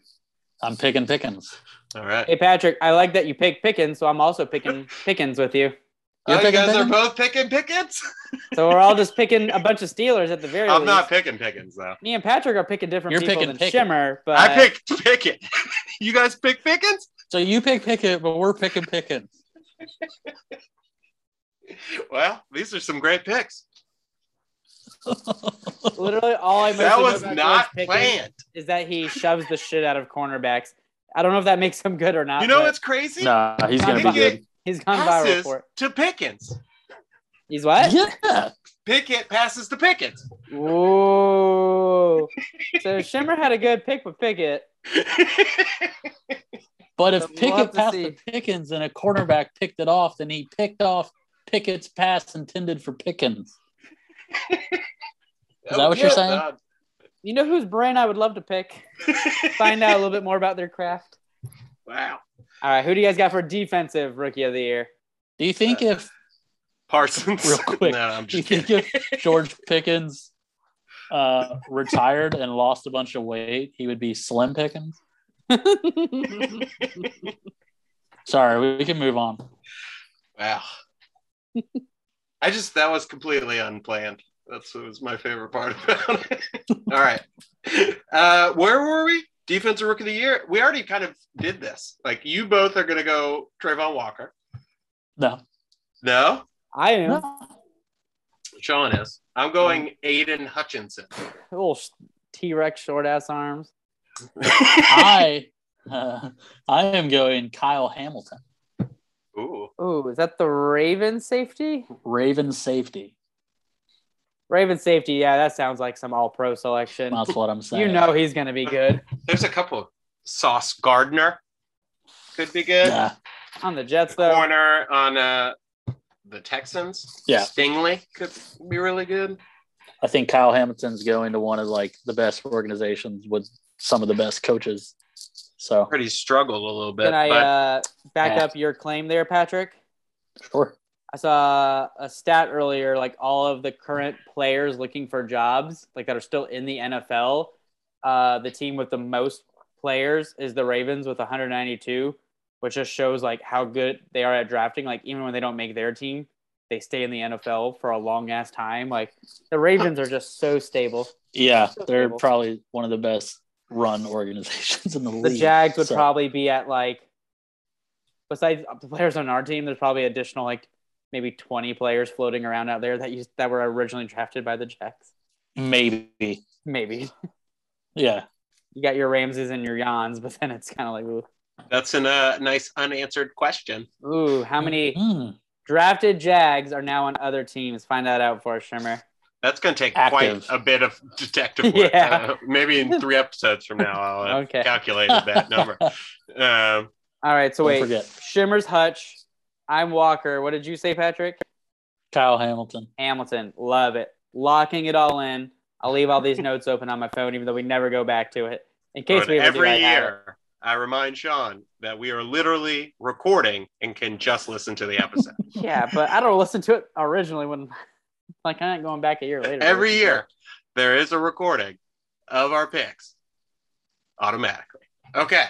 B: I'm picking Pickens.
C: All right.
A: Hey Patrick, I like that you picked Pickens, so I'm also picking Pickens with you.
B: You're
C: oh, you
B: picking
C: guys are
B: Pickens?
C: both picking Pickens?
A: So we're all just picking a bunch of Steelers at the very
C: I'm
A: least.
C: not picking Pickens though.
A: Me and Patrick are picking different
B: You're
A: people
B: picking
A: than
B: Pickens.
A: Shimmer, but
C: I picked Pickett. you guys pick Pickens?
B: So you pick Pickett, but we're picking Pickens.
C: Well, these are some great picks.
A: literally all I
C: That
A: mostly know
C: was
A: about
C: not
A: George Pickens
C: planned.
A: is that he shoves the shit out of cornerbacks. I don't know if that makes him good or not.
C: You know
A: but
C: what's crazy?
B: nah, he's
A: gonna
B: gonna
A: be
B: be
C: Pickett
B: good.
A: he's gone viral
C: passes
A: for it.
C: to Pickens.
A: He's what?
B: Yeah,
C: Pickett passes to Pickett.
A: Ooh. so Shimmer had a good pick with Pickett.
B: But
A: So we'll
B: if
A: have
B: Pickett
A: to
B: passed
A: see.
B: to Pickens and a cornerback picked it off, then he picked off Pickett's pass intended for Pickens. Is that what you're saying?
A: You know whose brain I would love to pick?
C: saying?
A: Find out a little bit more about their craft.
C: wow.
A: All right, who do you guys got for defensive rookie of the year?
B: Do you think if
C: Parsons.
B: Real quick.
C: No, I'm
B: do you
C: just
B: think
C: kidding.
B: if George Pickens uh, retired and lost a bunch of weight, he would be Slim Pickens? Sorry, we, we can move on.
C: Wow. I just that was completely unplanned. That's what was my favorite part about it. All right. Uh where were we? Defensive rookie of the year. We already kind of did this. Like you both are gonna go Trayvon Walker.
B: No.
C: No,
A: I am.
C: Sean is. I'm going Aiden Hutchinson.
A: Little T Rex short ass arms.
B: I uh, I am going Kyle Hamilton,
C: Ooh.
A: Ooh, is that the Raven safety?
B: Raven safety.
A: Raven safety, yeah, that sounds like some all pro selection.
B: That's what I'm saying.
A: You know he's gonna be good.
C: There's a couple of Sauce Gardner. Could be good.
B: Yeah.
A: On the Jets though.
C: Corner on uh the Texans.
B: Yeah.
C: Stingley could be really good.
B: I think Kyle Hamilton's going to one of like the best organizations with some of the best coaches. So
C: Pretty struggled a little bit.
A: Can I
C: but-
A: uh, back
B: Yeah.
A: up your claim there, Patrick?
B: sure.
A: I saw a stat earlier, like all of the current players looking for jobs, like that are still in the NFL. Uh, the team with the most players is the Ravens with 192, which just shows like how good they are at drafting. Like even when they don't make their team, they stay in the NFL for a long ass time. Like the Ravens are just so stable.
B: Yeah, they're
A: Stable.
B: probably one of the best run organizations in the league.
A: The Jags would
B: So,
A: probably be at like, besides the players on our team, there's probably additional like maybe 20 players floating around out there that used that were originally drafted by the Jags.
B: maybe.
A: Maybe
B: Yeah.
A: you got your Ramses and your Yawns, but then it's kind of like, ooh.
C: That's a uh, nice unanswered question.
A: ooh, how many
B: Hmm.
A: drafted Jags are now on other teams? Find that out for us, Shimmer.
C: That's going to take
B: Active.
C: quite a bit of detective work.
A: Yeah.
C: Uh, maybe in three episodes from now, I'll uh, have
A: Okay.
C: calculated that number. Um,
A: All right, so
B: Don't
A: wait,
B: forget.
A: Shimmer's Hutch. I'm Walker. What did you say, Patrick?
B: Kyle Hamilton.
A: Hamilton. Love it. Locking it all in. I'll leave all these notes open on my phone, even though we never go back to it. In case
C: but
A: we ever do, I
C: every
A: have it.
C: year, I remind Sean that we are literally recording and can just listen to the episode
A: yeah, but I don't listen to it originally when, like, I ain't going back a year later. to
C: every
A: listen to
C: year. There is a recording of our picks automatically. Okay,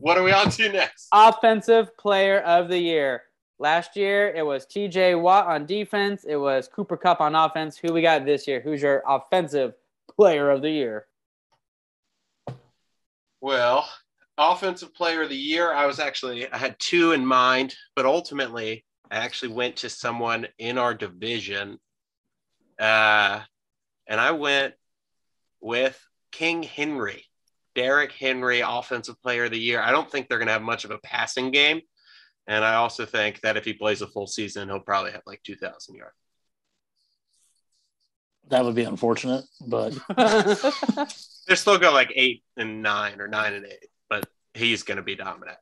C: what are we on to next?
A: offensive player of the year. Last year it was TJ Watt on defense, it was Cooper Cup on offense. Who we got this year? Who's your offensive player of the year?
C: Well, offensive player of the year, I was actually I had two in mind, but ultimately I actually went to someone in our division. Uh and I went with King Henry. Derek Henry, offensive player of the year. I don't think they're going to have much of a passing game. And I also think that if he plays a full season, he'll probably have like 2,000 yards.
B: That would be unfortunate, but
C: They're still going like eight and nine or nine and eight, but he's going to be dominant.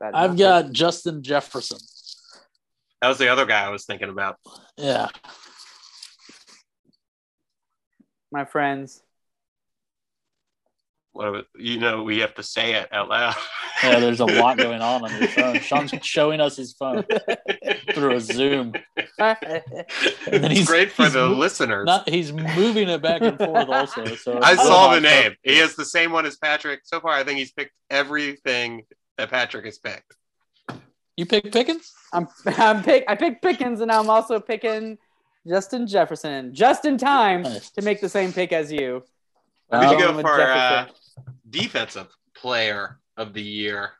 B: I've got Justin Jefferson.
C: That was the other guy I was thinking about.
B: Yeah.
A: my friends.
C: What about- you know, we have to say it out loud.
B: Yeah, there's a lot going on on your phone. Sean's showing us his phone through a Zoom. And then
C: it's
B: he's-
C: great for
B: he's
C: the
B: mo-
C: listeners.
B: Not, he's moving it back and forth also. So
C: I
B: it's still
C: saw
B: my
C: the name.
B: phone.
C: He has the same one as Patrick. So far, I think he's picked everything that Patrick has picked.
B: You pick Pickens?
A: I'm, I'm pick, I picked Pickens, and I'm also picking Justin Jefferson just in time
B: Nice.
A: to make the same pick as you.
C: Who'd
A: I'm
C: you
B: Um,
C: go
A: going with
C: for, uh,
A: Jefferson.
C: Defensive player of the year.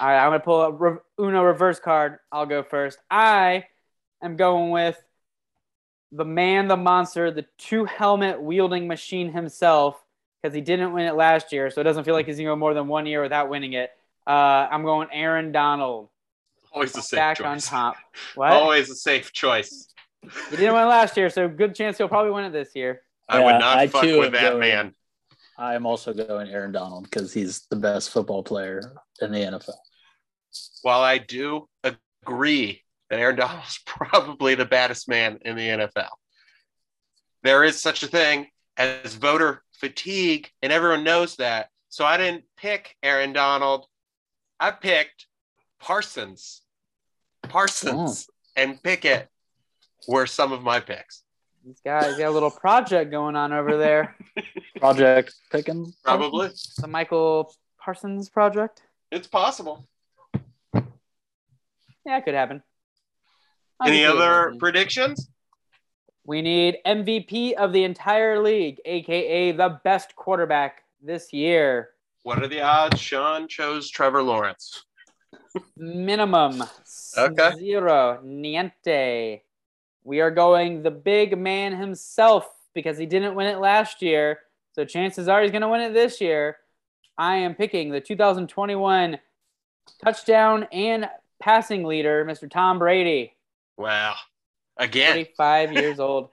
A: All right, I'm gonna pull up re- Uno reverse card. I'll go first. I am going with the man, the monster, the two helmet wielding machine himself, because he didn't win it last year, so it doesn't feel like he's gonna go more than one year without winning it. Uh, I'm going Aaron Donald
C: Always a safe
A: back on
C: choice. Oh.
A: top. What?
C: Always a safe choice.
A: He didn't win last year, so good chance he'll probably win it this year.
C: I would
B: Yeah,
C: not
B: I
C: fuck
B: too
C: with
B: am
C: that
B: going-
C: man.
B: I am also going Aaron Donald because he's the best football player in the NFL.
C: While I do agree that Aaron Donald's probably the baddest man in the NFL, there is such a thing as voter fatigue, and everyone knows that. So I didn't pick Aaron Donald. I picked Parsons. Parsons and Pickett were some of my picks.
A: He's got, he's got a little project going on over there.
B: Project Pickens,
C: Probably.
A: The Michael Parsons project.
C: It's possible.
A: Yeah, it could happen. I
C: Any
A: can see it
C: other
A: happening.
C: predictions?
A: We need MVP of the entire league, aka the best quarterback this year.
C: What are the odds Sean chose Trevor Lawrence?
A: Minimum
C: Okay.
A: zero niente. We are going the big man himself because he didn't win it last year. So chances are he's going to win it this year. I am picking the 2021 touchdown and passing leader, Mr. Tom Brady,
C: Wow. Again,
A: 45 years old.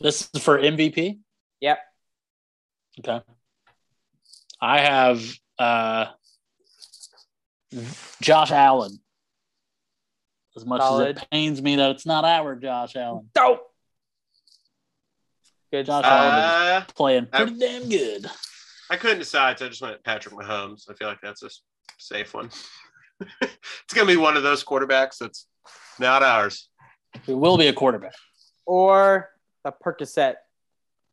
B: This is for MVP.
A: Yep.
B: Okay. I have uh, Josh Allen. As much
A: Solid.
B: as it pains me that it's not our Josh Allen,
A: Dope. Good
B: Josh
A: stuff.
B: Allen.
C: uh,
B: playing
C: I-
B: pretty damn good.
C: I couldn't decide, so I just went Patrick Mahomes. I feel like that's a s- safe one. it's going to be one of those quarterbacks that's not ours.
B: It will be a quarterback.
A: or the Percocet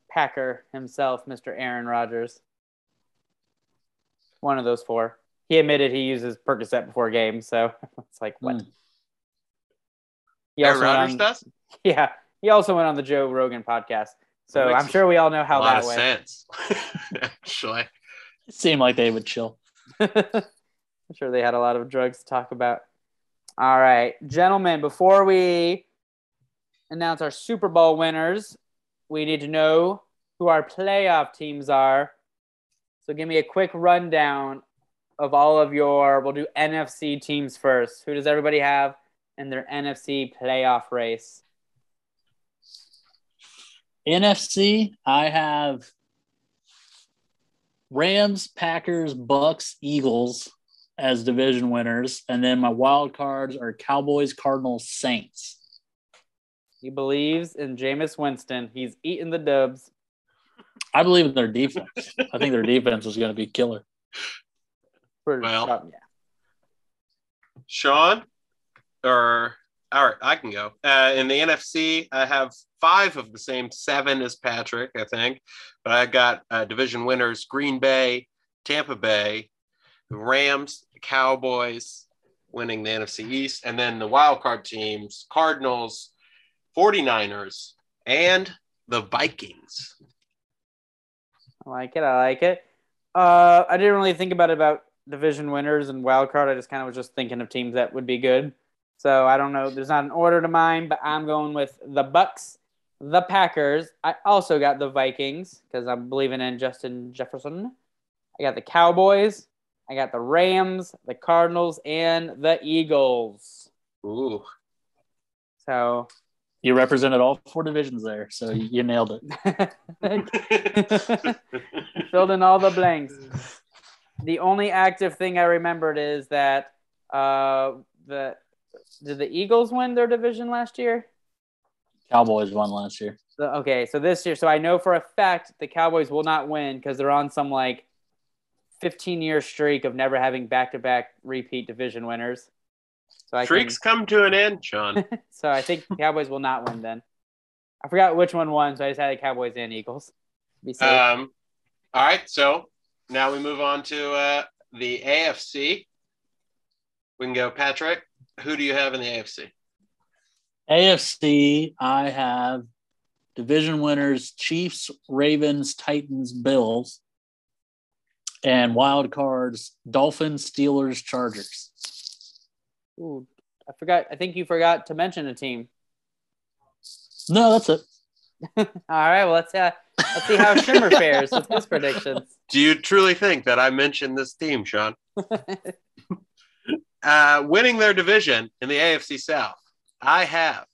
A: Packer himself, Mr. Aaron Rodgers. One of those four. He admitted he uses Percocet before games, so it's like what?
B: Mm.
A: He
C: Hmm. Aaron
A: went
C: Rodgers
A: on-
C: does?
A: yeah, he also went on the Joe Rogan podcast, so
C: That makes
A: I'm sure we all know
C: A
A: how that
C: lot of
A: went.
C: sense. Actually,
B: It seemed like they would chill.
A: I'm sure they had a lot of drugs to talk about. All right, gentlemen, before we announce our Super Bowl winners, we need to know who our playoff teams are. So give me a quick rundown of all of your, we'll do NFC teams first. Who does everybody have in their NFC playoff race?
B: NFC, I have Rams, Packers, Bucks, Eagles as division winners, and then my wild cards are Cowboys, Cardinals, Saints.
A: He believes in Jameis Winston. He's eating the dubs.
B: I believe in their defense. I think their defense is going to be killer.
A: For,
C: Well.
A: yeah.
C: Sean, or all right, I can go. Uh, in the NFC, I have five of the same seven as Patrick, I think, but I got uh, division winners: Green Bay, Tampa Bay, the Rams, the Cowboys, winning the NFC East, and then the wild card teams: Cardinals, 49ers, and the Vikings.
A: I like it. I like it. Uh, I didn't really think about it about division winners and wild card. I just kind of was just thinking of teams that would be good. So I don't know. There's not an order to mine, but I'm going with the Bucks, the Packers. I also got the Vikings because I'm believing in Justin Jefferson. I got the Cowboys. I got the Rams, the Cardinals, and the Eagles.
C: Ooh,
A: So
B: You represented all four divisions there, so you you nailed it.
A: filled in all the blanks. The only active thing I remembered is that uh, the did the Eagles win their division last year?
B: Cowboys won last year.
A: The, okay, so this year, so I know for a fact the Cowboys will not win because they're on some like 15 year streak of never having back to back repeat division winners. So I
C: Streaks come to an end, Sean.
A: Can, so I think the Cowboys will not win then. I forgot which one won, so I just had the Cowboys and Eagles. Be safe.
C: Um, all right, so now we move on to uh, the AFC. We can go, Patrick. Who do you have in the AFC?
B: AFC, I have division winners Chiefs, Ravens, Titans, Bills, and wild cards Dolphins, Steelers, Chargers.
A: Ooh, I forgot. I think you forgot to mention a team.
B: No, that's it.
A: All right. Well, let's uh, let's see how Shimmer fares with his predictions.
C: Do you truly think that I mentioned this team, Sean? uh, winning their division in the AFC South, I have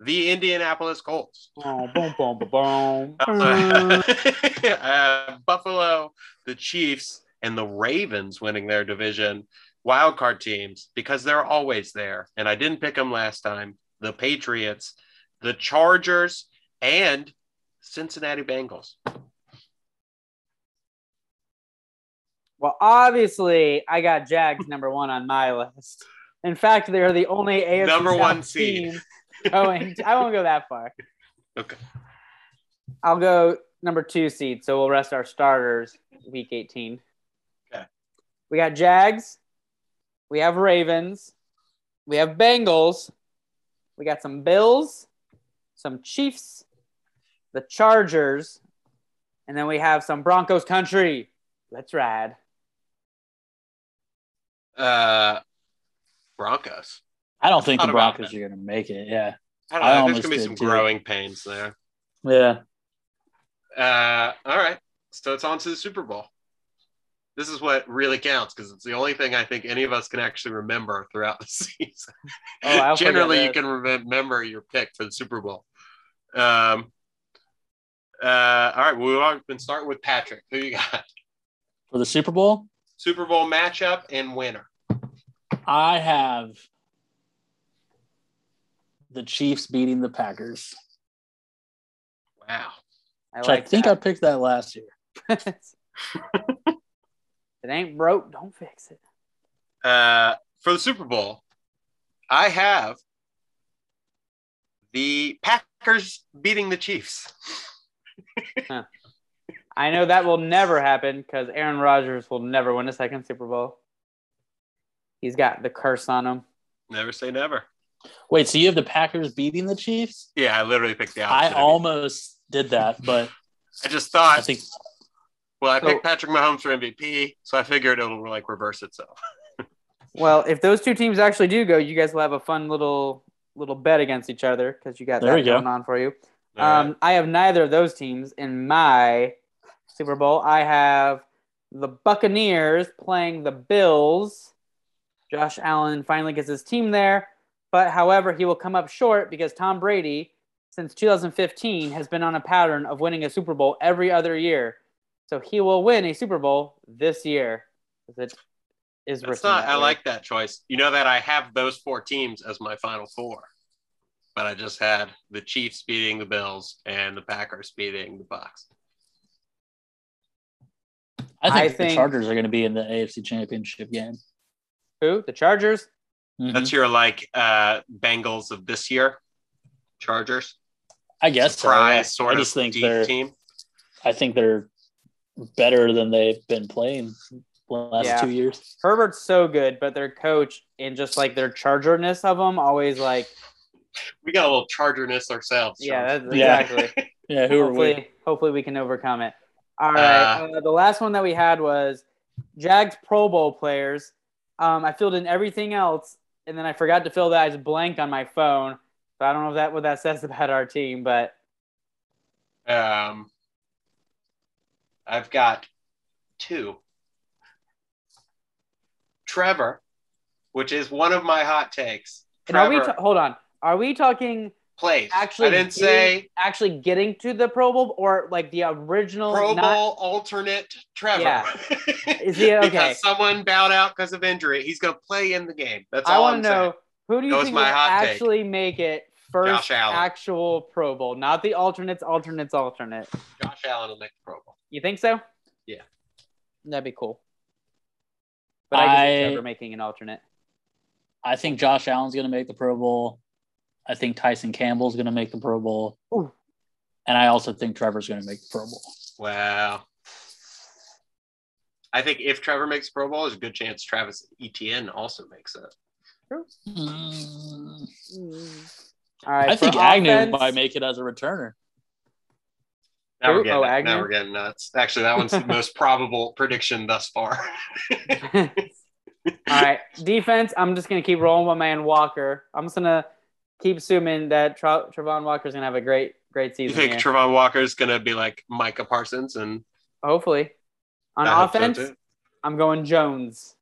C: the Indianapolis Colts.
A: Oh, boom, boom, boom, boom.
C: uh, Buffalo, the Chiefs, and the Ravens winning their division wildcard teams because they're always there. And I didn't pick them last time. The Patriots, the Chargers, and Cincinnati Bengals.
A: Well, obviously, I got Jags number one on my list. In fact, they are the only AFC
C: Number
A: South
C: one seed.
A: team going. I won't go that far.
C: Okay.
A: I'll go number two seed. So we'll rest our starters week 18.
C: Okay.
A: We got Jags. We have Ravens. We have Bengals. We got some Bills, some Chiefs, the Chargers, and then we have some Broncos country. Let's ride.
C: Uh, Broncos.
B: I don't think
C: Thought
B: the
C: about
B: Broncos are going to make it. Yeah.
C: I don't
B: I
C: know. There's
B: almost
C: gonna be
B: did
C: some
B: too.
C: growing pains there.
B: Yeah.
C: Uh, all right. So it's on to the Super Bowl. This is what really counts because it's the only thing I think any of us can actually remember throughout the season.
A: Oh, I'll forget
C: Generally, you
A: that.
C: can remem- remember your pick for the Super Bowl. Um, uh, all right. Well, we've been starting with Patrick. Who you got?
B: For the Super Bowl,
C: Super Bowl matchup and winner.
B: I have the Chiefs beating the Packers,
C: Wow.
A: I
B: which
A: like
B: I think
A: that.
B: I picked that last year.
A: it ain't broke, don't fix it.
C: Uh, for the Super Bowl, I have the Packers beating the Chiefs.
A: I know that will never happen because Aaron Rodgers will never win a second Super Bowl. He's got the curse on him.
C: Never say never.
B: Wait, so you have the Packers beating the Chiefs?
C: Yeah, I literally picked the
B: I
C: opposite. I,
B: almost did that, but
C: I just
B: I
C: thought,
B: think
C: well, I
A: So-
C: picked Patrick Mahomes for MVP, so I figured it'll like reverse itself.
A: Well, if those two teams actually do go, you guys will have a fun little little bet against each other because you got
B: There
A: that
B: we go.
A: going on for you.
C: All right.
A: Um, I have neither of those teams in my Super Bowl. I have the Buccaneers playing the Bills. Josh Allen finally gets his team there, but however, he will come up short because Tom Brady, since 2015, has been on a pattern of winning a Super Bowl every other year. So he will win a Super Bowl this year. 'cause It is
C: That's
A: written
C: not.
A: that
C: I
A: way.
C: like that choice. You know that I have those four teams as my final four, but I just had the Chiefs beating the Bills and the Packers beating the Bucks.
B: I think
A: I
B: the
A: think-
B: Chargers are going to be in the AFC Championship game.
A: who the Chargers.
B: Mhm.
C: That's your like uh Bengals of this year, Chargers.
B: I guess so, yeah.
C: Surprise, sort
B: I just
C: of
B: think
C: deep
B: they're.
C: team.
B: I think they're better than they've been playing the last
A: Yeah.
B: two years.
A: Herbert's so good, but their coach and just like their chargerness of him always like
C: We got a little Chargerness ourselves.
A: yeah, that's,
B: Yeah.
A: exactly.
B: Yeah, who are we? Ah.
A: hopefully, hopefully we can overcome it. All right, uh, the last one that we had was Jags Pro Bowl players. Um, I filled in everything else, and then I forgot to fill that as blank on my phone. So I don't know if that what that says about our team, but
C: Sean. Um, I've got two. Trevor, which is one of my hot takes.
A: and are we
C: Trevor
A: ta- hold on? Are we talking
C: plays.
A: actually?
C: I didn't
A: getting-
C: say
A: actually getting to the Pro Bowl or like the original
C: Pro
A: not-
C: Bowl alternate Trevor.
A: Yeah. Is he okay?
C: because someone bowed out because of injury. He's going to play in the game. That's
A: I
C: all
A: want
C: I'm
A: to
C: saying.
A: know who do you
C: That was
A: think will
C: my hot take.
A: actually make it first
C: Josh Allen.
A: actual Pro Bowl, not the alternates, alternates, alternate.
C: Josh Allen will make the Pro Bowl.
A: You think so?
C: Yeah.
A: That'd be cool. But I, can see
B: I-
A: Trevor making an alternate.
B: I think Josh Allen's going to make the Pro Bowl. I think Tyson Campbell's going to make the Pro Bowl.
A: Ooh.
B: And I also think Trevor's going to make the Pro Bowl.
C: Wow. I think if Trevor makes Pro Bowl, there's a good chance Travis Etienne also makes it.
B: Mm.
A: All right.
B: I
A: for
B: think Agnew
A: offense-
B: might make it as a returner.
C: Now
A: Who?
C: we're, getting,
A: Oh, Agnew?
C: now we're getting nuts. Actually, that one's the most probable prediction thus far.
A: All right, defense. I'm just gonna keep rolling with my man Walker. I'm just gonna keep assuming that Tra- Travon Walker's gonna have a great, great
C: you
A: season.
C: think
A: here.
C: Trevon Walker's going to be like Micah Parsons? And
A: Hopefully, on
C: I hope so,
A: offense,
C: too.
A: I'm going Jones.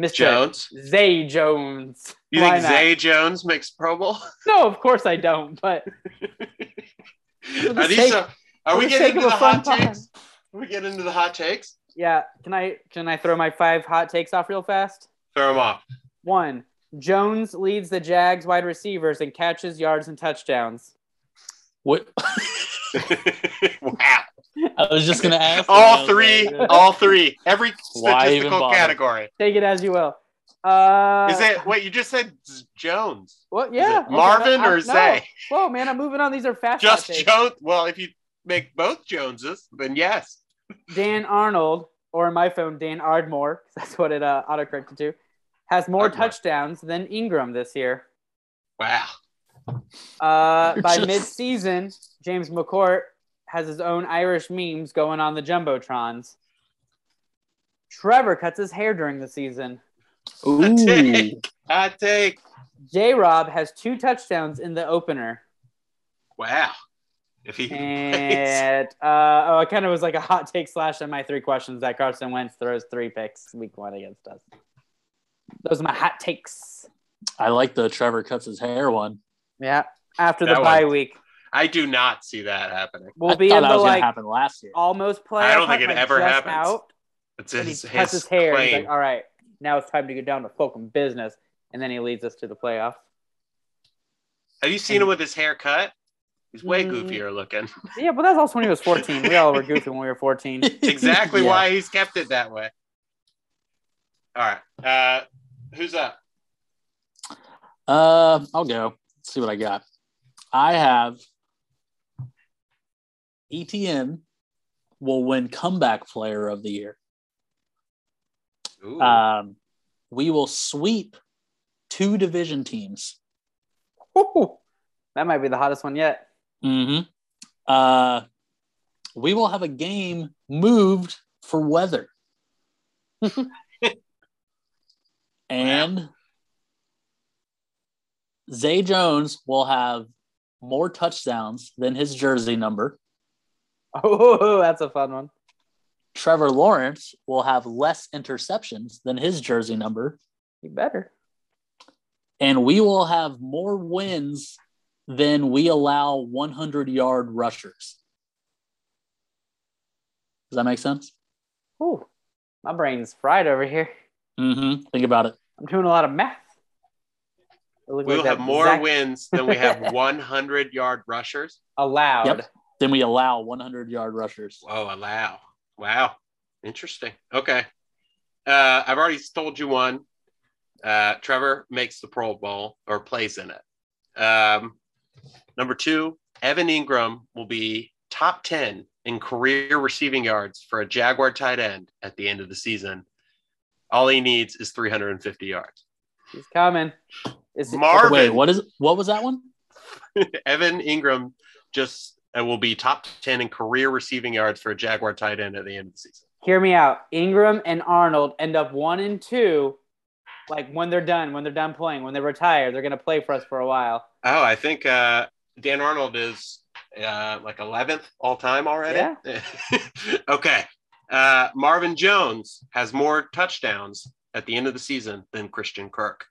A: Mr.
C: Jones.
A: Zay Jones.
C: You
A: Why
C: think
A: not?
C: Zay Jones makes Pro Bowl?
A: No, of course I don't. But the
C: are
A: sake-
C: these? so-
A: for
C: are we
A: the
C: getting
A: sake
C: into
A: of
C: the
A: a fun
C: hot
A: time.
C: takes? Are we getting into the hot takes?
A: yeah, can I can I throw my five hot takes off real fast?
C: Throw them off.
A: One, Jones leads the Jags wide receivers and catches yards and touchdowns.
B: What?
C: wow.
B: I was just gonna ask. I
C: All
B: was
C: three,
B: like,
C: all three, every
B: Why even
C: statistical
B: bother?
C: category.
A: Take it as you will. Uh,
C: Is it wait? You just said Z- Jones.
A: What?
C: Is
A: Yeah.
C: it
A: okay,
C: Marvin
A: I- I-
C: or
A: no.
C: Zay?
A: Whoa, man, I'm moving on. These are fast.
C: Just
A: hot takes.
C: Jones. Well, if you make both Joneses, then yes.
A: Dan Arnold, or in my phone, Dan Ardmore. 'cause That's what it uh, autocorrected to. Has more
C: Ardmore.
A: touchdowns than Ingram this year.
C: Wow.
A: Uh,
B: You're
A: by
B: just-
A: mid-season, James McCourt has his own Irish memes going on the jumbotrons. Trevor cuts his hair during the season.
B: Ooh.
C: Hot take.
A: J. Rob has two touchdowns in the opener.
C: Wow. If he plays.
A: And uh, oh, it kind of was like a hot take slash on my three questions that Carson Wentz throws three picks week one against us. Those are my hot takes.
B: I like the Trevor cuts his hair one.
A: Yeah. After
C: That
A: the
C: one.
A: bye week,
C: I do not see that happening.
A: we'll
B: I
A: be
B: thought
A: in
B: that
A: the
B: was
A: like
B: gonna happen last year.
A: almost playoff.
C: I don't think
A: hunt,
C: it
A: like,
C: ever
A: just
C: happens.
A: Out,
C: It's
A: and he
C: his,
A: cuts
C: his,
A: his hair. He's
C: claim.
A: like, all right, now it's time to get down to fucking business. And then he leads us to the playoffs.
C: Have you seen him with his hair cut? He's way
A: Mm.
C: goofier looking.
A: Yeah, but that's also when he was 14. We all were goofy when we were 14.
C: It's exactly
B: Yeah.
C: why he's kept it that way. All right. Uh, who's up?
B: Uh, I'll go. Let's see what I got. I have ETN will win comeback player of the year.
C: Ooh.
A: Uh,
B: Um, we will sweep two division teams.
A: Woo. that might be the hottest one yet.
B: Mm-hmm. Uh, we will have a game moved for weather. and Zay Jones will have more touchdowns than his jersey number.
A: Oh, that's a fun one.
B: Trevor Lawrence will have less interceptions than his jersey number.
A: You better.
B: And we will have more wins than we allow 100 yard rushers. Does that make sense?
A: Ooh, my brain's fried over here.
B: Mm-hmm. Think about it.
A: I'm doing a lot of math. It looked
C: We'll
A: like
C: have
A: that
C: more
A: Zach
C: wins than we have 100 yard rushers.
A: allowed.
B: Yep. Then we allow 100 yard rushers.
C: Whoa, allow. Oh, Wow. Interesting. Okay. Uh, I've already told you one. Uh, Trevor makes the Pro Bowl or plays in it. Um, number two, Evan Ingram will be top 10 in career receiving yards for a Jaguar tight end at the end of the season. All he needs is 350 yards.
A: He's coming. Is it-
C: Marvin,
B: Wait, what is what was that one?
C: Evan Ingram just uh, will be top 10 in career receiving yards for a Jaguar tight end at the end of the season.
A: hear me out. Ingram and Arnold end up one and two. Like when they're done, when they're done playing, when they retire, they're gonna play for us for a while.
C: Oh, I think uh, Dan Arnold is uh, like 11th all time already. okay. Uh, Marvin Jones has more touchdowns at the end of the season than Christian Kirk.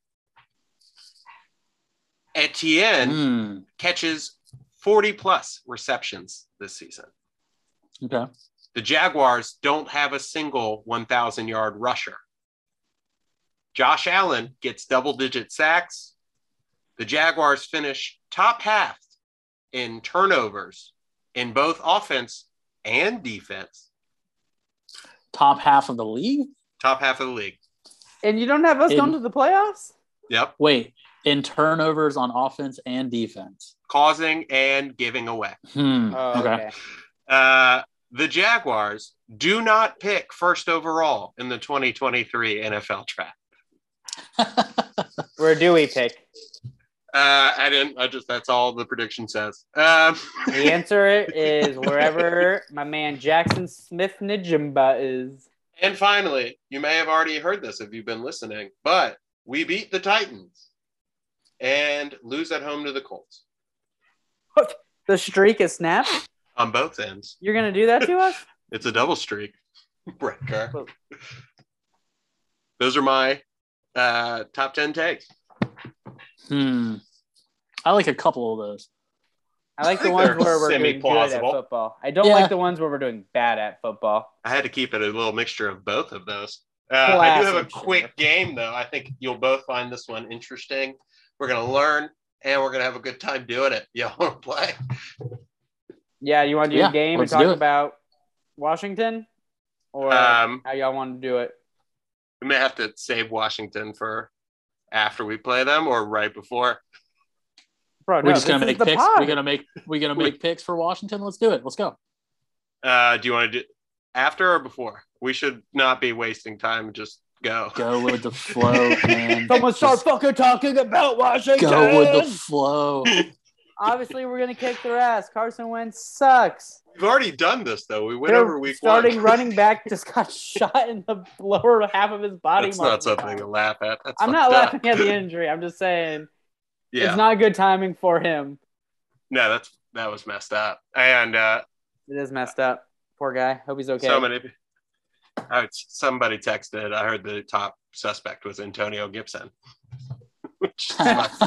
C: Etienne
B: Hmm.
C: catches 40 plus receptions this season.
B: okay.
C: The Jaguars don't have a single 1,000 yard rusher. Josh Allen gets double digit sacks. The Jaguars finish top half in turnovers in both offense and defense,
B: Top half of the league?
C: top half of the league.
A: And you don't have us
B: In-
A: going to the playoffs?
C: Yep.
B: Wait, in turnovers on offense and defense.
C: Causing and giving away.
B: Hmm.
A: Oh,
B: okay.
A: okay.
C: Uh, the Jaguars do not pick first overall in the 2023 NFL draft.
A: Uh, Where do we pick?
C: Uh, I didn't, I just, that's all the prediction says. Um,
A: The answer is wherever my man Jackson Smith Nijimba is.
C: And finally, you may have already heard this if you've been listening, but we beat the Titans and lose at home to the Colts
A: The streak is snapped.
C: on both ends.
A: You're gonna do that to us?
C: It's a double streak, Brett Kerr.
A: Well-
C: Those are my uh, top 10 takes.
B: Hmm. I like a couple of those.
A: I like the
C: I think
A: ones
C: they're
A: where we're doing good at
C: semi-plausible.
A: football. I don't
B: Yeah.
A: like the ones where we're doing bad at football.
C: I had to keep it a little mixture of both of those. Uh, I do have a
A: Classic.
C: quick game, though. I think you'll both find this one interesting. We're going to learn and we're going to have a good time doing it. Y'all want to play?
A: Yeah, you want to do
B: Yeah,
A: a game and
B: let's
A: talk
B: do it.
A: about Washington, or
C: Um,
A: how y'all want to do it?
C: we may have to save Washington for after we play them or right before.
A: Bro,
B: We're
A: no,
B: just gonna
A: this is
B: make
A: the
B: picks.
A: pod.
B: We're gonna make we're gonna
C: We-
B: make picks for Washington. Let's do it. Let's go.
C: Uh, do you want to do after or before? We should not be wasting time. Just go.
B: Go with the flow, man.
A: Someone start
B: Just
A: fucking talking about Washington.
B: go with the flow.
A: Obviously, we're gonna kick their ass. Carson Wentz sucks.
C: We've already done this though. We went
A: Their
C: over week
A: starting
C: one.
A: running back just got shot in the lower half of his body.
C: That's not
A: multiple
C: something to
A: times.
C: laugh at. That's
A: I'm not
C: fucked up.
A: laughing at the injury. I'm just saying
C: Yeah.
A: it's not good timing for him.
C: no, that's that was messed up. And uh,
A: It is messed up. Poor guy. Hope he's okay.
C: so many. I, somebody texted. I heard the top suspect was Antonio Gibson. Which is fucked-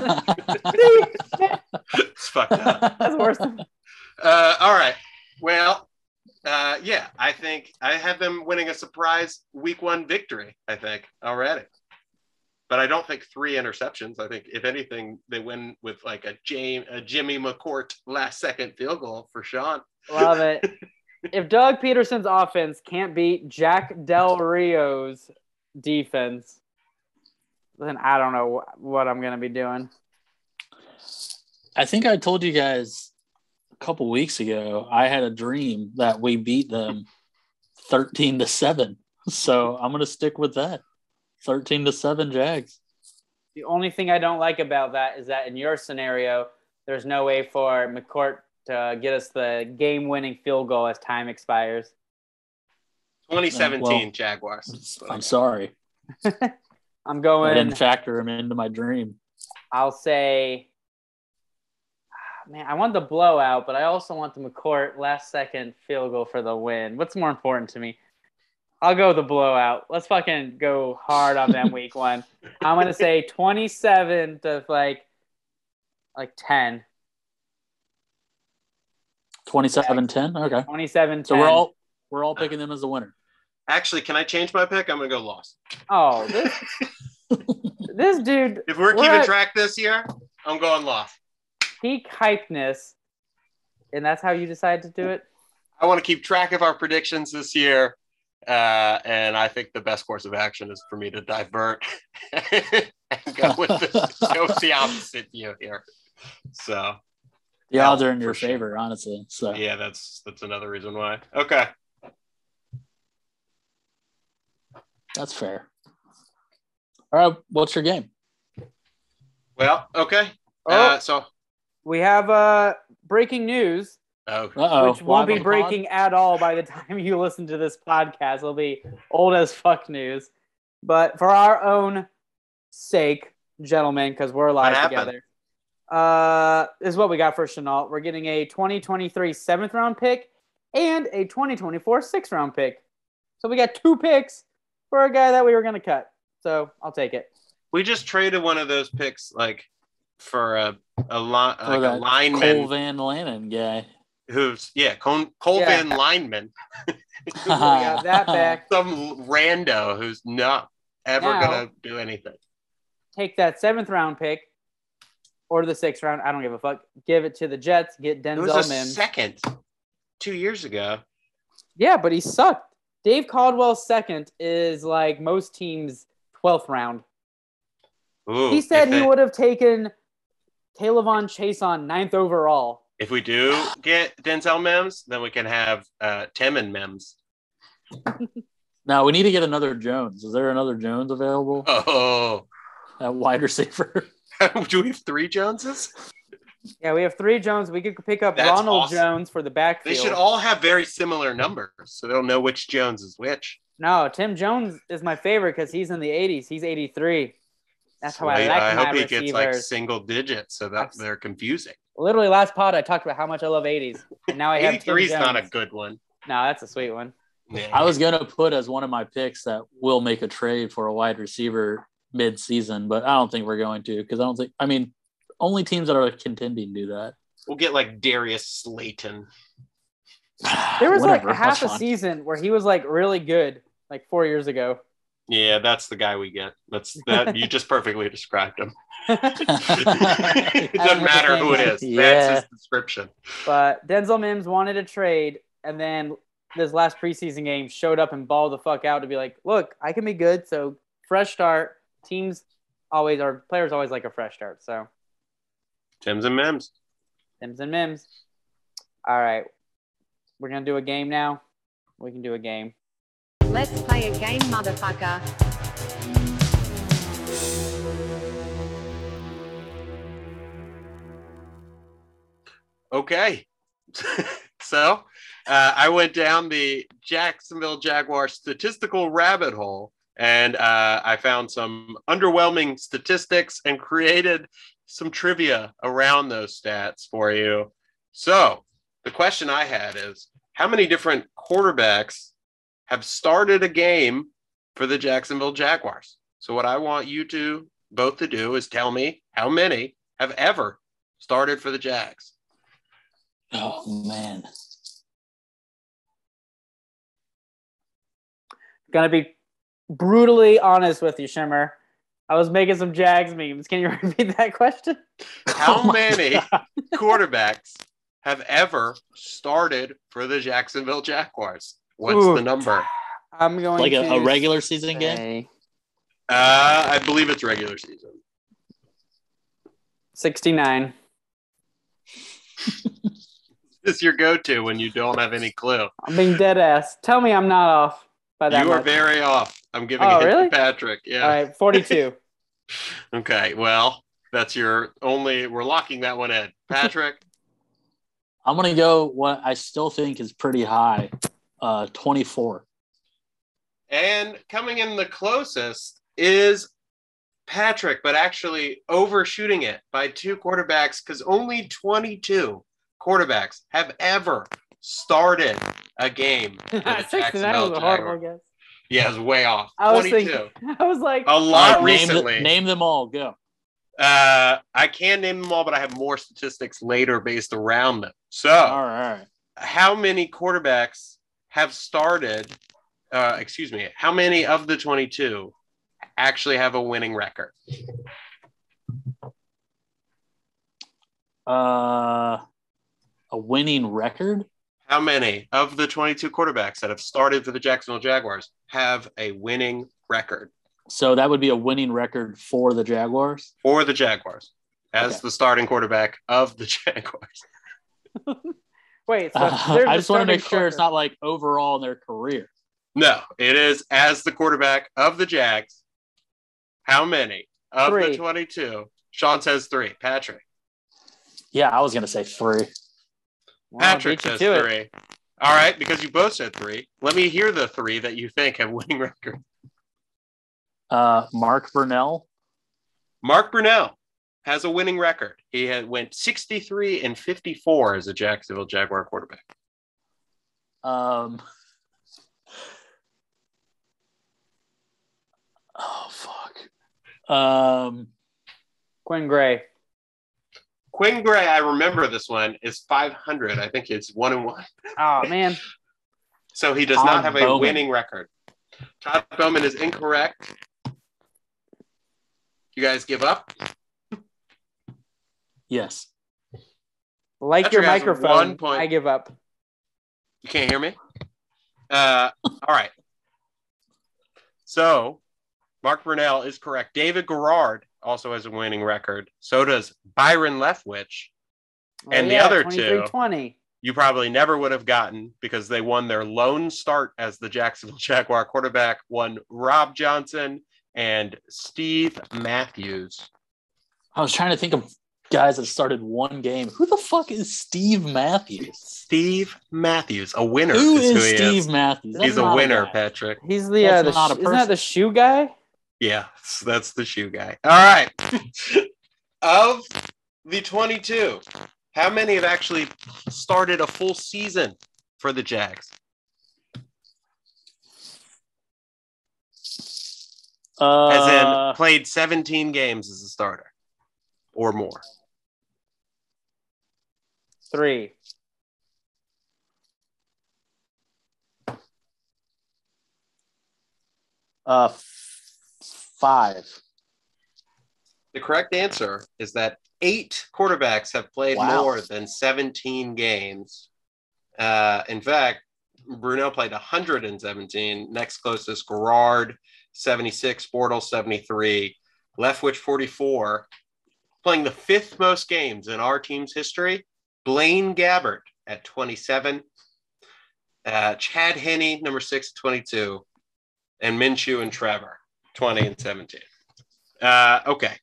C: it's fucked up.
A: That's worse. than-
C: Uh, all right. Well, uh, yeah, I think I have them winning a surprise week one victory, I think, already. But I don't think three interceptions. I think, if anything, they win with like a, James, a Jimmy McCourt last second field goal for Sean.
A: Love it. If Doug Peterson's offense can't beat Jack Del Rio's defense, then I don't know wh- what I'm gonna be doing.
B: I think I told you guys a couple weeks ago. I had a dream that we beat them thirteen to seven. So I'm gonna stick with that. Thirteen to seven, Jags.
A: The only thing I don't like about that is that in your scenario, there's no way for McCourt to get us the game-winning field goal as time expires.
C: 2017
B: Well,
C: Jaguars.
B: I'm sorry.
A: I'm
B: I
A: going.
B: didn't factor him into my dream.
A: I'll say, Ah, man, I want the blowout, but I also want the McCourt last second field goal for the win. What's more important to me? I'll go with the blowout. Let's fucking go hard on them week one. I'm gonna say 27 to like, like 10,
B: 27-10. Okay.
A: 27
B: So
A: 10.
B: we're all we're all picking them as the winner.
C: Actually, can I change my pick? I'm going to go lost.
A: Oh, this, this dude,
C: If we're
A: We're
C: keeping
A: at-
C: track this year, I'm going lost.
A: peak hypeness, and that's how you decide to do it.
C: I want to keep track of our predictions this year. Uh, and I think the best course of action is for me to divert and go with the, go with the opposite view here. So
B: The
C: Yeah,
B: odds are in your
C: for sure.
B: favor, honestly. So
C: yeah, that's that's another reason why. Okay.
B: that's fair. All right, what's your game?
C: Well, okay.
A: Oh,
C: Uh, so
A: we have uh breaking news.
C: oh,
B: Uh-oh.
A: which won't
B: Live
A: be
B: on the pod?
A: breaking at all by the time you listen to this podcast. It'll be old as fuck news. But for our own sake, gentlemen, because we're live
C: happened?
A: together, uh, this is what we got for Chenault. We're getting a 2023 seventh round pick and a 2024 sixth round pick. So we got two picks for a guy that we were going to cut. So I'll take it.
C: we just traded one of those picks like for a a, li- like a
B: that
C: lineman
B: Cole Van Lannon guy.
C: who's yeah, Col- Colvin lineman,
A: We got that back.
C: some rando who's not ever
A: Now-
C: gonna do anything.
A: Take that seventh round pick or the sixth round. I don't give a fuck. Give it to the Jets. Get
C: It
A: Denzel
C: was a
A: Mims.
C: second two years ago.
A: Yeah, but he sucked. Dave Caldwell's second is like most teams' 12th round.
C: Ooh,
A: he said
C: if
A: he
C: it-
A: would have taken Talavon Chase on ninth overall.
C: If we do get Denzel Mims, then we can have uh, Tim and Mims.
B: Now we need to get another Jones. Is there another Jones available
C: Oh,
B: at wide receiver?
C: do we have three Joneses?
A: Yeah, we have three Jones. We could pick up
C: That's
A: Ronald
C: awesome.
A: Jones for the
C: They
A: backfield.
C: should all have very similar numbers, so they'll know which Jones is which.
A: no, Tim Jones is my favorite because he's in the 80s. He's 83. That's how I
C: So
A: like
C: I
A: my
C: hope he
A: receivers.
C: gets like single digits, so that
A: Abs-
C: they're confusing.
A: Literally, last pod I talked about how much I love 80s. And now I have Tim
C: 83 is not a
A: Jones.
C: good one.
A: No, that's a sweet one.
C: Yeah.
B: I was gonna put as one of my picks that will make a trade for a wide receiver mid-season, but I don't think we're going to because I don't think. I mean, only teams that are contending do that.
C: We'll get like Darius Slayton.
A: There was
B: Whatever,
A: like half
B: that's
A: a
B: fine.
A: season where he was like really good, like four years ago.
C: Yeah, that's the guy we get. That's that you just perfectly described him. it doesn't matter who it is.
B: Yeah.
C: That's his description.
A: But Denzel Mims wanted a trade, and then this last preseason game showed up and balled the fuck out to be like, look, I can be good. So fresh start. Teams always are. Players always like a fresh start. So
C: Tims and Mims.
A: Mims and Mims. All right, we're gonna do a game now. We can do a game.
E: Let's play a game, motherfucker.
C: Okay. so uh, I went down the Jacksonville Jaguar statistical rabbit hole and uh, I found some underwhelming statistics and created some trivia around those stats for you. So the question I had is how many different quarterbacks have started a game for the Jacksonville Jaguars? So what I want you to both to do is tell me how many have ever started for the Jags.
B: Oh man,
A: Gonna be brutally honest with you, Shimmer. I was making some Jags memes. Can you repeat that question?
C: How
B: Oh my
C: many
B: God.
C: quarterbacks have ever started for the Jacksonville Jaguars? What's
A: Ooh.
C: the number?
A: I'm going
B: Like a,
A: to
B: a regular season game?
A: say
C: Uh, I believe it's regular season.
A: 69.
C: This is your go-to when you don't have any clue.
A: I'm being dead ass. Tell me I'm not off by Oh, that
C: You are
A: much.
C: very uh, off. I'm giving
A: Oh,
C: it
A: really?
C: to Patrick. Yeah.
A: All right, 42.
C: Okay. Well, that's your only. We're locking that one in. Patrick,
B: I'm gonna go what I still think is pretty high, uh, 24.
C: and coming in the closest is Patrick, but actually overshooting it by two quarterbacks because only 22 quarterbacks have ever started a game. for the
A: 69 was
C: Jacksonville
A: a
C: Jaguars.
A: horrible guess.
C: Yeah, it's way off.
A: I was
C: 22.
A: thinking, I was like, oh,
C: A lot
B: All right, name the-
C: recently.
B: Name, them all. Go.
C: Uh, I can name them all, but I have more statistics later based around them. So,
B: All right. All right.
C: how many quarterbacks have started? Uh, excuse me. How many of the 22 actually have a winning record?
B: Uh, a winning record?
C: How many of the 22 quarterbacks that have started for the Jacksonville Jaguars have a winning record
B: So that would be a winning record for the Jaguars.
C: for the Jaguars as
B: Okay.
C: the starting quarterback of the Jaguars?
A: wait, so
B: Uh,
A: they're
B: I
A: the
B: just want
A: starting
B: to make sure it's
A: quarter.
B: not like overall in their career.
C: No, it is as the quarterback of the Jags. How many of
A: Three.
C: the 22? Sean says three. Patrick.
B: Yeah, I was gonna say three.
A: Well, I
C: Patrick
A: beat you
C: says
A: to it.
C: three. All right, because you both said three, let me hear the three that you think have winning record.
B: Uh, Mark Burnell.
C: Mark Brunell has a winning record. He had went 63 and 54 as a Jacksonville Jaguar quarterback.
B: Um, oh fuck. Um,
A: Quinn Gray.
C: Quinn Gray, I remember this one, is 500. I think it's one and one.
A: Oh, man.
C: So he does
B: Todd
C: not have a
B: Bowman.
C: winning record. Todd Bowman is incorrect. You guys give up?
B: yes.
A: Like
C: Patrick
A: your
C: has
A: microphone,
C: one point.
A: I give up.
C: You can't hear me? Uh, all right. So Mark Brunell is correct. David Garrard also has a winning record. So does Byron Leftwich. And the other two.
A: 20.
C: You probably never would have gotten because they won their lone start as the Jacksonville Jaguar quarterback, one Rob Johnson and Steve Matthews.
B: I was trying to think of guys that started one game. Who the fuck is Steve Matthews?
C: Steve Matthews, a winner.
B: Who
C: who
B: is
C: he
B: Steve
C: is.
B: Matthews? That's
C: He's a
B: not
C: winner,
B: guy.
C: Patrick.
A: He's the, uh,
B: That's
A: the
B: not a
A: sh- isn't that
B: person.
A: the shoe guy?
C: Yeah, s- that's the shoe guy. All right. of the 22, how many have actually started a full season for the Jags?
B: Uh,
C: As in played 17 games as a starter or more.
A: Three.
B: uh, f- five.
C: The correct answer is that eight quarterbacks have played
B: Wow.
C: more than 17 games. Uh, in fact, Bruno played 117. Next closest, Gerard, 76, Bortles, 73, Leftwich, 44. Playing the fifth most games in our team's history, Blaine Gabbert at 27, uh, Chad Henney, number six, 22, and Minshew and Trevor, 20 and 17. Uh, okay.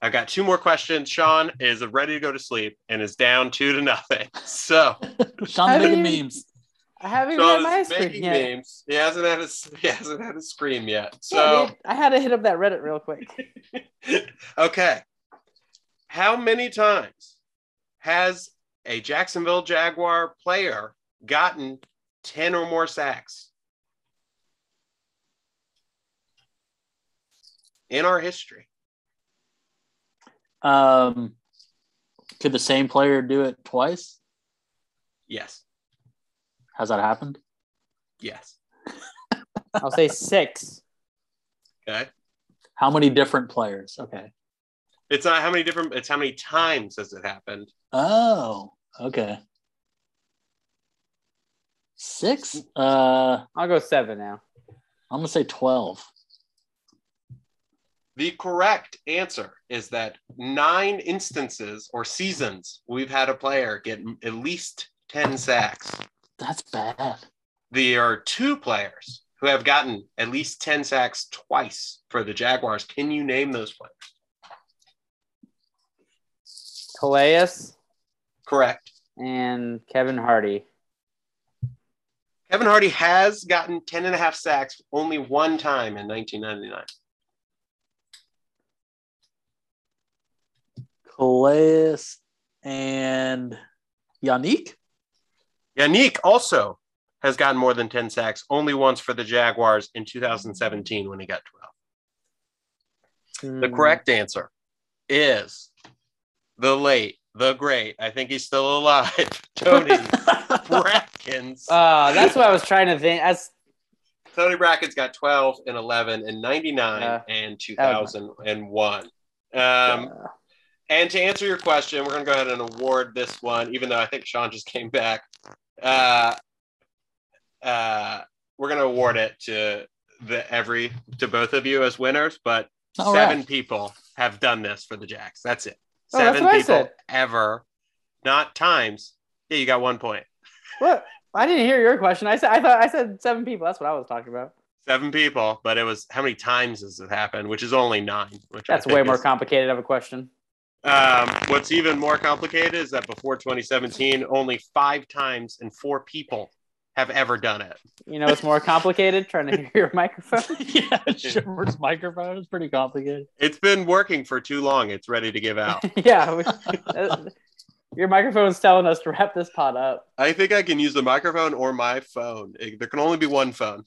C: I got two more questions. Sean is ready to go to sleep and is down two to nothing. So
A: How
B: Sean
A: do
B: making
A: you-
B: memes.
A: I haven't even had
C: Sean
A: my
C: is
A: ice cream
C: making
A: yet.
C: memes. He hasn't had a he hasn't had a scream yet.
A: Yeah,
C: So
A: dude, I had to hit up that Reddit real quick.
C: okay, how many times has a Jacksonville Jaguar player gotten ten or more sacks in our history?
B: Um, could the same player do it twice?
C: Yes,
B: Has that happened?
C: yes.
A: I'll say six.
C: Okay,
B: How many different players? Okay.
C: it's not how many different. It's how many times has it happened?
B: Oh, okay. Six? Uh,
A: I'll go seven now.
B: I'm gonna say twelve.
C: The correct answer is that nine instances or seasons we've had a player get m- at least 10 sacks.
B: That's bad.
C: There are two players who have gotten at least 10 sacks twice for the Jaguars. Can you name those players?
A: Calais
C: Correct.
A: and Kevin Hardy.
C: Kevin Hardy has gotten 10 and a half sacks only one time in 1999.
B: Calais and Yannick.
C: Yannick also has gotten more than 10 sacks only once for the Jaguars in 2017 when he got 12. The
A: Mm-hmm.
C: correct answer is the late, the great. I think he's still alive. Tony Brackens.
A: Uh, that's what I was trying to think. That's
C: Tony Brackens got 12 and 11 and 99
A: Uh,
C: and 2001. Um, and to answer your question, we're going to go ahead and award this one, even though I think Sean just came back. Uh, uh, we're going to award it to the every to both of you as winners, but
B: All
C: seven
B: right.
C: people have done this for the Jacks. That's it.
A: Oh, that's
C: Seven
A: what I
C: people
A: said.
C: ever, not times. Yeah, you got one point.
A: what? I didn't hear your question. I said I thought I said seven people. That's what I was talking about.
C: Seven people, but it was how many times has it happened? Which is only nine. Which I
A: That's
C: think
A: way more
C: is-
A: complicated of a question.
C: Um, what's even more complicated is that before 2017, only five times and four people have ever done it.
A: You know, it's more complicated trying to hear your microphone.
B: yeah, Shimmer's microphone is pretty complicated.
C: It's been working for too long. It's ready to give out.
A: yeah, we, uh, your microphone's telling us to wrap this pot up.
C: I think I can use the microphone or my phone. It- there can only be one phone.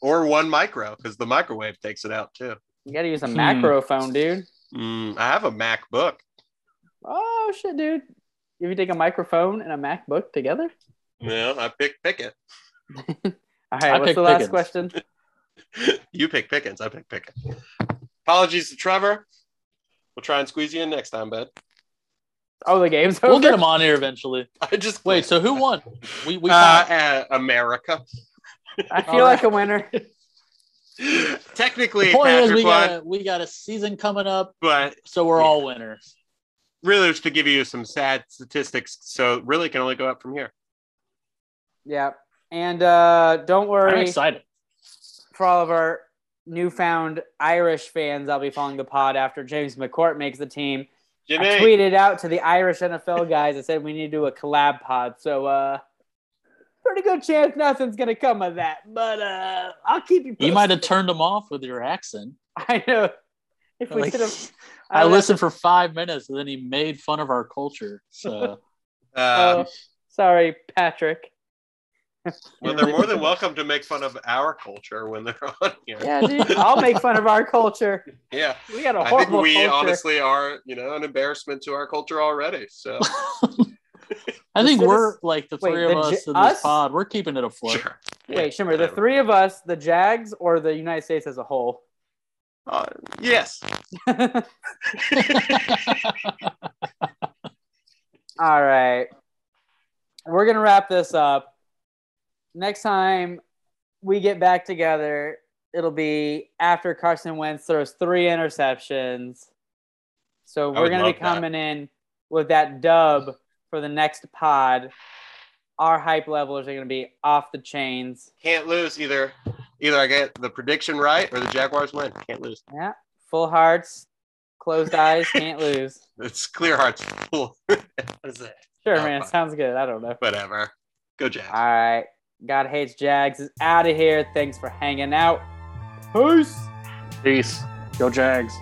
C: or one micro because the microwave takes it out too.
A: You got to use a
B: Hmm.
A: macro phone, dude.
C: Mm, I have a MacBook.
A: Oh shit, dude! If you take a microphone and a MacBook together.
C: No, I pick Pickett.
A: All
B: I
A: right, what's
B: picked
A: the last
B: Pickens.
A: question?
C: You pick Pickens. I pick Pickett. Apologies to Trevor. We'll try and squeeze you in next time, bud.
A: Oh, the game's over.
B: We'll get him on here eventually.
C: I just
B: Wait, so who won? We we
C: uh, uh, America.
A: I
B: All
A: feel like a winner.
C: Technically,
B: the point is
C: Patrick
B: we
C: won,
B: got a, we got a season coming up,
C: but
B: so we're
C: Yeah.
B: all winners.
C: really, it's to give you some sad statistics. So really, can only go up from here.
A: Yeah, and uh, don't
B: I'm
A: worry
B: excited.
A: for all of our newfound Irish fans. I'll be following the pod after James McCourt makes the team. I
C: Jimmy,
A: tweeted out to the Irish NFL guys. I said we need to do a collab pod. So, uh, pretty good chance nothing's gonna come of that. But uh, I'll keep you. Posted.
B: You might have turned him off with your accent.
A: I know. If we uh,
B: Like,
A: could have,
B: I listened for five minutes, and then he made fun of our culture. So
A: Uh,
C: um,
A: sorry, oh, Patrick.
C: Well, they're more than welcome to make fun of our culture when they're on here.
A: Yeah, dude, I'll make fun of our culture.
C: Yeah.
A: We got a
C: I think
A: horrible
C: we
A: culture.
C: honestly are, you know, an embarrassment to our culture already. So
B: I think
A: The
B: we're
A: citizens-
B: like the
A: wait,
B: three
A: the
B: of us
A: J-
B: in this
A: us?
B: pod. We're keeping it afloat.
C: sure. Yeah,
A: Wait, Shimmer, the
C: whatever.
A: three of us, the Jags or the United States as a whole?
C: Uh, yes.
A: All right. We're going to wrap this up. Next time we get back together, it'll be after Carson Wentz throws three interceptions. So
C: I
A: we're
C: would
A: going to be
C: love that.
A: coming in with that dub for the next pod. Our hype levels are going to be off the chains.
C: Can't lose either. Either I get the prediction right or the Jaguars win. Can't lose.
A: Yeah. Full hearts, closed eyes, can't lose.
C: It's clear hearts full. That's it.
A: Sure,
C: Oh,
A: man.
C: fuck.
A: Sounds good. I don't know.
C: Whatever. Go Jags.
A: All right. God hates Jags is out of here. Thanks for hanging out. Peace.
B: Peace. Go Jags.